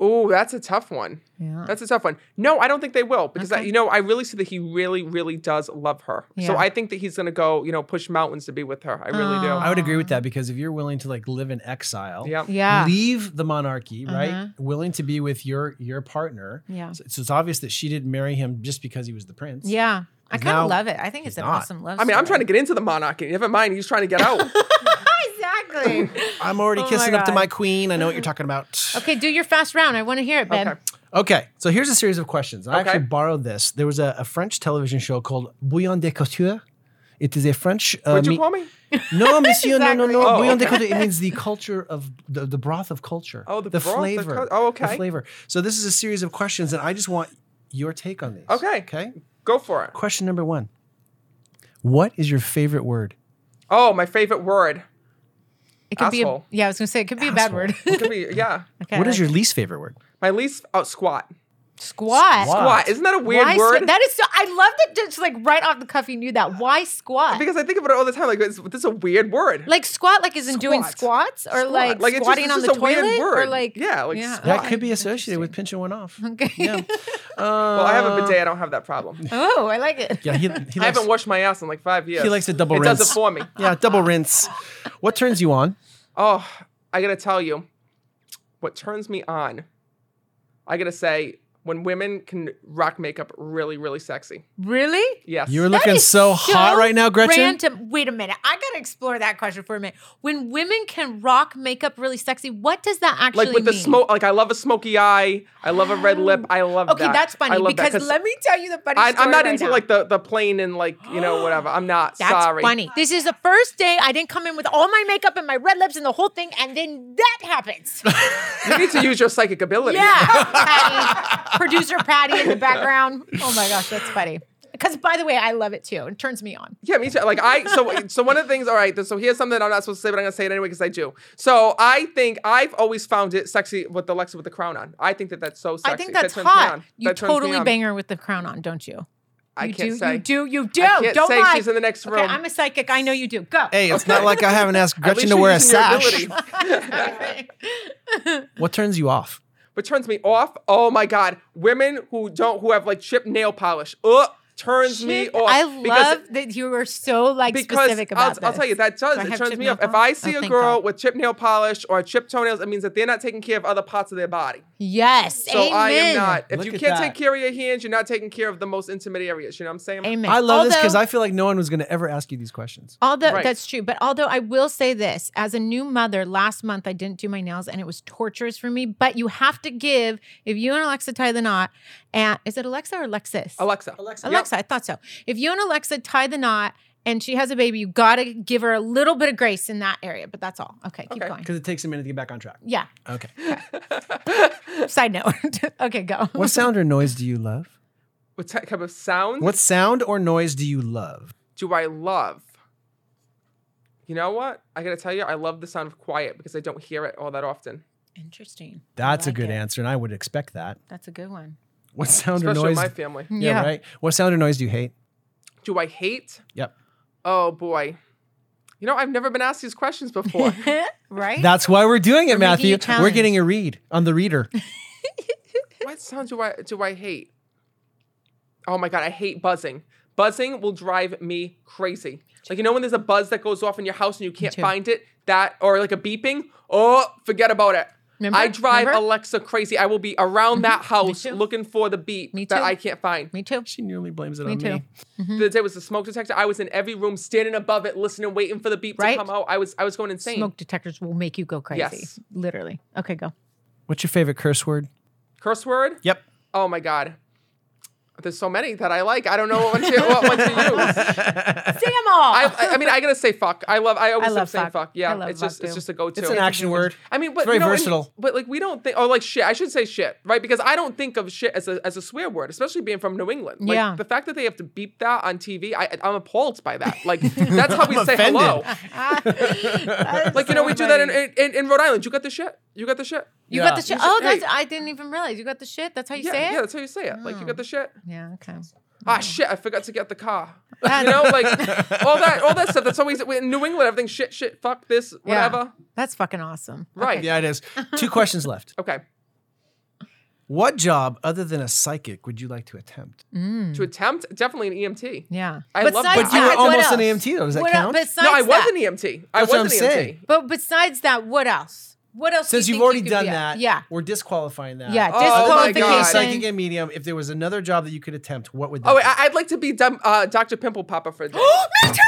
Speaker 3: Ooh, that's a tough one.
Speaker 2: Yeah.
Speaker 3: That's a tough one. No, I don't think they will because I,
Speaker 2: Okay.
Speaker 3: you know I really see that he really, really does love her. So
Speaker 2: Yeah.
Speaker 3: I think that he's gonna go, you know, push mountains to be with her. I really
Speaker 1: I
Speaker 2: Aw.
Speaker 1: would agree with that because if you're willing to like live in exile,
Speaker 3: do. Yeah.
Speaker 2: yeah.
Speaker 1: leave the monarchy,
Speaker 2: Uh-huh.
Speaker 1: right? Willing to be with your your partner.
Speaker 2: yeah.
Speaker 1: So, so it's obvious that she didn't marry him just because he was the prince.
Speaker 2: Yeah. I
Speaker 1: He's
Speaker 2: kind
Speaker 1: now-
Speaker 2: of love it. I think it's
Speaker 1: he's
Speaker 2: an
Speaker 1: not.
Speaker 2: awesome love
Speaker 3: I mean, I'm trying
Speaker 2: story.
Speaker 3: to get into the monarchy. Never mind, he's trying to
Speaker 2: [laughs]
Speaker 3: get out.
Speaker 2: exactly.
Speaker 1: [laughs] I'm already
Speaker 2: Oh my
Speaker 1: kissing up to
Speaker 2: God.
Speaker 1: my queen. I know what
Speaker 2: [laughs]
Speaker 1: you're talking about.
Speaker 2: okay, do your fast round. I want to hear it, babe.
Speaker 3: Okay.
Speaker 1: Okay, so here's a series of questions. I
Speaker 3: Okay.
Speaker 1: actually borrowed this. There was a, a French television show called Bouillon de Couture. It is a French. Uh,
Speaker 3: Would you
Speaker 1: mi-
Speaker 3: call me?
Speaker 1: No, monsieur, no, no, no.
Speaker 3: Exactly. Oh,
Speaker 1: Bouillon de
Speaker 3: okay.
Speaker 1: Couture. It means the culture of the, the broth of culture.
Speaker 3: Oh, the
Speaker 1: the
Speaker 3: broth of
Speaker 1: flavor.
Speaker 3: cul- oh,
Speaker 1: The
Speaker 3: okay.
Speaker 1: flavor. So this is a series of questions, and I just want your take on these.
Speaker 3: Okay.
Speaker 1: Okay.
Speaker 3: Go for it.
Speaker 1: Question number one. What is your favorite word?
Speaker 3: Oh, my favorite word.
Speaker 2: It could
Speaker 3: Asshole.
Speaker 2: be a yeah. I was gonna say it could be a bad word.
Speaker 3: It could be- yeah.
Speaker 2: [laughs] okay,
Speaker 1: what is
Speaker 2: I
Speaker 1: your least favorite word?
Speaker 3: My least oh squat.
Speaker 2: squat?
Speaker 1: Squat.
Speaker 3: Squat. Isn't that a weird
Speaker 2: Why
Speaker 3: word?
Speaker 2: squ- that is so. I love that. Just like right off the cuff, you knew that. Why squat?
Speaker 3: because I think about it all the time. Like it's, this is a weird word.
Speaker 2: like squat, like isn't doing
Speaker 3: Squat.
Speaker 2: squats or
Speaker 3: Squat.
Speaker 2: like,
Speaker 3: Like, it's just-
Speaker 2: squatting
Speaker 3: it's
Speaker 2: on the
Speaker 3: just a weird
Speaker 2: toilet or
Speaker 3: word.
Speaker 2: like
Speaker 3: Yeah, like
Speaker 1: That
Speaker 3: squat.
Speaker 1: could be associated with pinching one off.
Speaker 2: [laughs] Okay.
Speaker 1: Yeah.
Speaker 2: [laughs]
Speaker 1: Uh,
Speaker 3: well, I have a bidet. I don't have that problem.
Speaker 2: Oh, I like it.
Speaker 1: Yeah, he,
Speaker 3: [laughs]
Speaker 1: he
Speaker 3: I
Speaker 1: likes-
Speaker 3: haven't washed my ass in like five years.
Speaker 1: He likes to double
Speaker 3: it
Speaker 1: rinse.
Speaker 3: does it for me. [laughs]
Speaker 1: Yeah, double rinse. What turns you on?
Speaker 3: Oh, I gotta tell you, what turns me on, I gotta say, when women can rock makeup really, really sexy.
Speaker 2: [laughs] Really?
Speaker 3: Yes.
Speaker 1: You're
Speaker 2: That
Speaker 1: looking
Speaker 2: is
Speaker 1: so, hot right now, Gretchen.
Speaker 2: Random. Wait a minute. I gotta explore that question for a minute. When women can rock makeup really sexy, what does that actually
Speaker 3: like with the
Speaker 2: mean?
Speaker 3: smoke, like I love a smoky eye. I love a red lip. I love
Speaker 2: Okay,
Speaker 3: that.
Speaker 2: that's
Speaker 3: I
Speaker 2: funny
Speaker 3: love that,
Speaker 2: because
Speaker 3: 'cause
Speaker 2: let me tell you the funny
Speaker 3: I,
Speaker 2: story.
Speaker 3: I'm not
Speaker 2: right
Speaker 3: into
Speaker 2: now.
Speaker 3: like the the plain and like you know whatever. I'm
Speaker 2: [gasps]
Speaker 3: not.
Speaker 2: That's
Speaker 3: sorry.
Speaker 2: funny. This is the first day I didn't come in with all my makeup and my red lips and the whole thing, and then that
Speaker 3: [laughs]
Speaker 2: happens.
Speaker 3: You need to use your psychic ability.
Speaker 2: yeah,
Speaker 3: [laughs]
Speaker 2: Patty, producer Patty in the background. Oh my gosh, that's funny. Because by the way, I love it too. It turns me on.
Speaker 3: Yeah, me too. Like I so so one of the things. All right, so here's something I'm not supposed to say, but I'm gonna say it anyway because I do. So I think I've always found it sexy with the Alexa with the crown on. I think that that's so sexy.
Speaker 2: I think that's
Speaker 3: that turns me
Speaker 2: hot.
Speaker 3: on.
Speaker 2: You
Speaker 3: That turns me
Speaker 2: totally
Speaker 3: on.
Speaker 2: bang her with the crown on, don't you?
Speaker 3: I
Speaker 2: you
Speaker 3: can't
Speaker 2: do,
Speaker 3: say.
Speaker 2: You do. You do.
Speaker 3: I can't
Speaker 2: don't
Speaker 3: say
Speaker 2: lie.
Speaker 3: she's in the next
Speaker 2: okay,
Speaker 3: room.
Speaker 2: I'm a psychic. I know you do. Go. [laughs]
Speaker 1: hey, it's not like I haven't asked
Speaker 3: [laughs] At least
Speaker 1: Gretchen to
Speaker 3: you're
Speaker 1: wear a
Speaker 3: using your
Speaker 1: sash.
Speaker 3: ability.
Speaker 1: What turns you off?
Speaker 3: What turns me off? Oh my god, women who don't who have like chipped nail polish. Ugh, turns me
Speaker 2: Shit,
Speaker 3: off.
Speaker 2: I
Speaker 3: because-
Speaker 2: love that you were so like
Speaker 3: because
Speaker 2: specific
Speaker 3: I'll,
Speaker 2: about
Speaker 3: I'll tell
Speaker 2: this.
Speaker 3: you that does
Speaker 2: Do I
Speaker 3: it
Speaker 2: have
Speaker 3: turns
Speaker 2: chip
Speaker 3: me
Speaker 2: nail
Speaker 3: off. If I
Speaker 2: polish?
Speaker 3: see
Speaker 2: Oh,
Speaker 3: a
Speaker 2: thank
Speaker 3: girl
Speaker 2: God.
Speaker 3: with chipped nail polish or chipped toenails, it means that they're not taking care of other parts of their body.
Speaker 2: Yes.
Speaker 3: So
Speaker 2: amen.
Speaker 3: I am not. If
Speaker 1: Look
Speaker 3: you
Speaker 1: at
Speaker 3: can't
Speaker 1: that.
Speaker 3: take care of your hands, you're not taking care of the most intimate areas. You know what I'm saying?
Speaker 2: Amen.
Speaker 1: I love this because
Speaker 2: Although-
Speaker 1: I feel like no one was going to ever ask you these questions.
Speaker 2: Although
Speaker 3: Right.
Speaker 2: that's true, but although I will say this, as a new mother, last month I didn't do my nails and it was torturous for me. But you have to give if you and Alexa tie the knot, and is it Alexa or Alexis?
Speaker 3: Alexa. Alexa.
Speaker 2: Alexa, I thought so. If you and Alexa tie the knot and she has a baby, you gotta give her a little bit of grace in that area. But that's all. Okay, keep
Speaker 3: Okay.
Speaker 2: going.
Speaker 1: Because it takes a minute to get back on track.
Speaker 2: Yeah.
Speaker 1: Okay.
Speaker 2: Side note. [laughs] okay, go. [laughs]
Speaker 1: what sound or noise do you love?
Speaker 3: [laughs] What type of sounds
Speaker 1: What sound or noise do you love?
Speaker 3: do I love? You know what? I gotta tell you, I love the sound of quiet because I don't hear it all that often.
Speaker 2: Interesting. I
Speaker 1: That's a
Speaker 2: like
Speaker 1: good
Speaker 2: it.
Speaker 1: answer, and I would expect that.
Speaker 2: That's a good one.
Speaker 1: What sound or
Speaker 3: Especially
Speaker 1: noise?
Speaker 3: in my family.
Speaker 1: yeah, right. What sound or noise do you hate?
Speaker 3: Do I hate?
Speaker 1: Yep.
Speaker 3: Oh boy. You know, I've never been asked these questions [laughs] before.
Speaker 2: right?
Speaker 1: That's why we're doing it,
Speaker 2: We're making you
Speaker 1: Matthew. We're
Speaker 2: challenged.
Speaker 1: getting a read on the
Speaker 2: [laughs]
Speaker 1: reader.
Speaker 3: what sound do I do I hate? Oh my god, I hate buzzing. Buzzing will drive me crazy. Like you know when there's a buzz that goes off in your house and you can't
Speaker 2: too.
Speaker 3: find it, that or like a beeping. Oh, forget about it.
Speaker 2: Remember?
Speaker 3: I drive
Speaker 2: Remember? Mm-hmm.
Speaker 3: Alexa crazy. I will be around that house
Speaker 2: too.
Speaker 3: looking for the beep
Speaker 2: Me
Speaker 3: that
Speaker 2: too. Mm-hmm.
Speaker 3: I can't find.
Speaker 2: Me too.
Speaker 1: she nearly blames it
Speaker 2: Me
Speaker 1: on
Speaker 2: too.
Speaker 1: me.
Speaker 3: The day was the smoke detector. I was in every room, standing above it, listening, waiting for the beep
Speaker 2: Right?
Speaker 3: to come out. I was I was going insane.
Speaker 2: Smoke detectors will make you go crazy.
Speaker 3: Yes.
Speaker 2: Literally. Okay,
Speaker 3: [laughs]
Speaker 2: go.
Speaker 1: What's your favorite curse word?
Speaker 3: Curse word?
Speaker 1: Yep.
Speaker 3: Oh my god. There's so many that I like. I don't know what one to, what
Speaker 2: [laughs]
Speaker 3: one to use.
Speaker 2: Say them all. [laughs]
Speaker 3: I, I- I mean, I gotta say fuck. I love. I always
Speaker 2: I
Speaker 3: love
Speaker 2: love
Speaker 3: saying fuck.
Speaker 2: fuck. I
Speaker 3: Yeah,
Speaker 2: love
Speaker 3: it's
Speaker 2: fuck,
Speaker 3: just it's
Speaker 2: too.
Speaker 3: just a go-to.
Speaker 1: It's an action word.
Speaker 3: I mean, but
Speaker 1: It's very
Speaker 3: you know,
Speaker 2: [laughs]
Speaker 3: and-
Speaker 1: versatile.
Speaker 3: but like we don't think. Oh, like shit. I should say shit, right? Because I don't think of shit as a as a swear word, especially being from New England. Like,
Speaker 2: Yeah.
Speaker 3: The fact that they have to beep that on TV, I, I'm appalled by that. Like that's how we
Speaker 1: I'm
Speaker 3: say hello.
Speaker 1: offended.
Speaker 2: Ah,
Speaker 3: [laughs] Like you know, we do that in, in in Rhode Island. You got the shit. You got the shit.
Speaker 2: You
Speaker 1: Yeah.
Speaker 2: got the shit.
Speaker 3: You should-
Speaker 2: Oh, that's,
Speaker 3: hey.
Speaker 2: I didn't even realize. You got the shit. That's how you
Speaker 3: yeah,
Speaker 2: say
Speaker 3: yeah,
Speaker 2: it?
Speaker 3: that's how you say it. Like you got the shit.
Speaker 2: Yeah, okay.
Speaker 3: Ah, shit! I forgot to get the car. You know, like all that, all that stuff. That's always in New England. Everything shit, shit, fuck this,
Speaker 2: Yeah.
Speaker 3: whatever.
Speaker 2: That's fucking awesome.
Speaker 3: Right.
Speaker 1: Yeah, it is. Two questions left.
Speaker 3: Okay.
Speaker 1: What job other than a psychic would you like to attempt?
Speaker 3: To attempt, definitely an E EMT.
Speaker 2: Mm. Yeah.
Speaker 3: I love
Speaker 2: Besides
Speaker 3: that. But you
Speaker 1: were
Speaker 2: what
Speaker 1: almost an
Speaker 2: else?
Speaker 1: EMT though. Does that
Speaker 2: What el-
Speaker 1: count?
Speaker 2: Besides
Speaker 3: No, I e-, was
Speaker 2: that-
Speaker 3: an EMT. I
Speaker 1: That's what
Speaker 3: was an
Speaker 1: I'm
Speaker 3: EMT.
Speaker 1: saying.
Speaker 2: But besides that, what else? What else? do
Speaker 1: Since
Speaker 2: you
Speaker 1: you've
Speaker 2: think
Speaker 1: already
Speaker 2: you could
Speaker 1: done
Speaker 2: be at?
Speaker 1: that, [gasps]
Speaker 2: yeah, [gasps]
Speaker 1: we're disqualifying that.
Speaker 2: yeah,
Speaker 3: Oh, my God.
Speaker 1: Between
Speaker 2: disqualification.
Speaker 1: psychic and medium, if there was another job that you could attempt, what would that
Speaker 3: Oh,
Speaker 1: be?
Speaker 3: wait, I- I'd like to be dumb, uh, Dr. Pimple Popper for
Speaker 2: [gasps]
Speaker 3: a day.
Speaker 2: oh my God!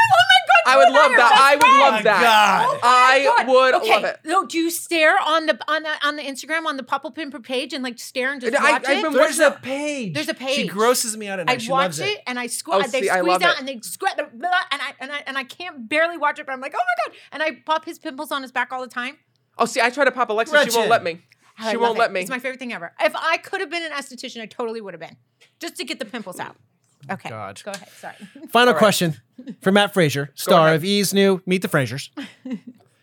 Speaker 3: I would
Speaker 2: you and
Speaker 3: love
Speaker 2: are
Speaker 3: that.
Speaker 2: best
Speaker 3: I would
Speaker 2: friends.
Speaker 3: love that.
Speaker 1: God.
Speaker 3: I
Speaker 2: Oh God.
Speaker 3: would
Speaker 2: okay.
Speaker 3: love it.
Speaker 2: No, do you stare on the on the on the Instagram on the pop up pimper page and like stare and just
Speaker 3: I-
Speaker 2: watch
Speaker 3: I've
Speaker 2: it?
Speaker 3: been
Speaker 1: There's
Speaker 3: Where's
Speaker 1: a page.
Speaker 2: There's a
Speaker 1: She
Speaker 2: page.
Speaker 1: grosses me out at night.
Speaker 2: I
Speaker 1: she
Speaker 2: watch
Speaker 1: loves
Speaker 2: it,
Speaker 1: it.
Speaker 2: and I squ-
Speaker 3: Oh,
Speaker 2: they
Speaker 3: see, I
Speaker 2: squeeze
Speaker 3: love
Speaker 2: out
Speaker 3: it.
Speaker 2: and they scratch and I and I and I can't barely watch it, but I'm like, oh my god! And I pop his pimples on his back all the time.
Speaker 3: Oh, see, I try to pop Alexa. She
Speaker 1: Wretched.
Speaker 3: won't let me.
Speaker 2: Oh, I
Speaker 3: She
Speaker 2: love
Speaker 3: won't
Speaker 2: it.
Speaker 3: let me.
Speaker 2: It's my favorite thing ever. If I could have been an esthetician, I totally would have been, just to get the pimples out. Okay,
Speaker 1: God.
Speaker 2: go ahead. Sorry.
Speaker 1: Final question for Matt Frazier, star
Speaker 3: ahead.
Speaker 1: of E's new Meet the
Speaker 2: [laughs]
Speaker 1: Fraziers.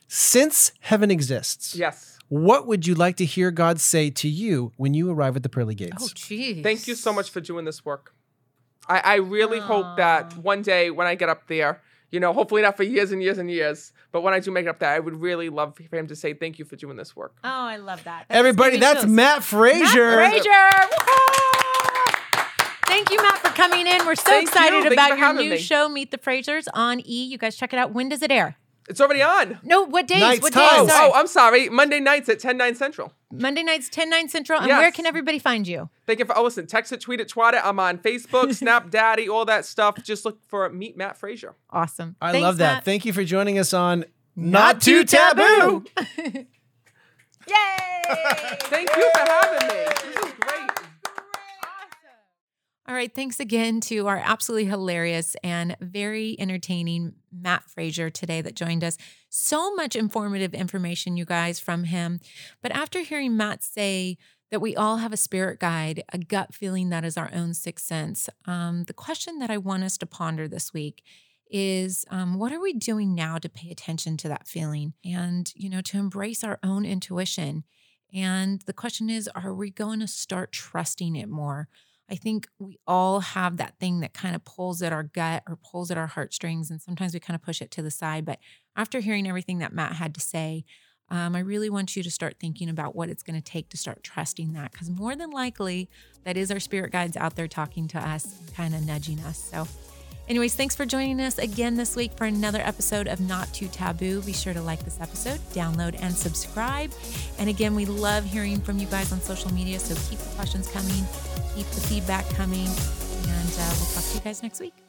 Speaker 1: Since heaven exists,
Speaker 3: Yes.
Speaker 1: what would you like to hear God say to you when you arrive at the pearly
Speaker 2: [laughs]
Speaker 1: gates?
Speaker 2: Oh, jeez.
Speaker 3: Thank you so much for doing this work. I, I really hope that one day when I get up there, you know, hopefully not for years and years and years, but when I do make it up there, I would really love for him to say thank you for doing this work.
Speaker 2: Oh, I love that. That just
Speaker 1: Everybody,
Speaker 2: gave me
Speaker 1: that's
Speaker 2: chills.
Speaker 1: Matt Frazier.
Speaker 2: Matt Frazier. Woo-hoo! Thank you, Matt, for coming in. We're so
Speaker 3: Thank you.
Speaker 2: excited
Speaker 3: Thank you
Speaker 2: about
Speaker 3: for
Speaker 2: your
Speaker 3: having
Speaker 2: new
Speaker 3: me.
Speaker 2: show, Meet the Frasers, on E. You guys check it out. When does it air?
Speaker 3: It's already on.
Speaker 2: No, what days?
Speaker 1: Nights,
Speaker 2: what
Speaker 1: times.
Speaker 2: days?
Speaker 3: Oh,
Speaker 2: Sorry.
Speaker 3: I'm sorry. Monday nights at 10, 9 central.
Speaker 2: Monday nights, 10, 9 Central. And
Speaker 3: Yes.
Speaker 2: where can everybody find you?
Speaker 3: Thank you for oh listen, text it, tweet it, twat it. I'm on Facebook, Snap Daddy, all that stuff. Just look for Meet Matt Frazier.
Speaker 2: Awesome.
Speaker 1: I
Speaker 2: Thanks,
Speaker 1: love that.
Speaker 2: Matt.
Speaker 1: Thank you for joining us on Not, Too Taboo.
Speaker 2: Yay! [laughs]
Speaker 3: Thank you for having me. This is great.
Speaker 2: All right, thanks again to our absolutely hilarious and very entertaining Matt Frazier today that joined us. So much informative information, you guys, from him. But after hearing Matt say that we all have a spirit guide, a gut feeling that is our own sixth sense, um, the question that I want us to ponder this week is um, what are we doing now to pay attention to that feeling and, you know, to embrace our own intuition? And the question is, are we going to start trusting it more? I think we all have that thing that kind of pulls at our gut or pulls at our heartstrings, and sometimes we kind of push it to the side. But after hearing everything that Matt had to say, um, I really want you to start thinking about what it's going to take to start trusting that, because more than likely, that is our spirit guides out there talking to us, and kind of nudging us. So, anyways, thanks for joining us again this week for another episode of Not Too Taboo. Be sure to like this episode, download, and subscribe. And again, we love hearing from you guys on social media, so keep the questions coming keep the feedback coming, and uh, we'll talk to you guys next week.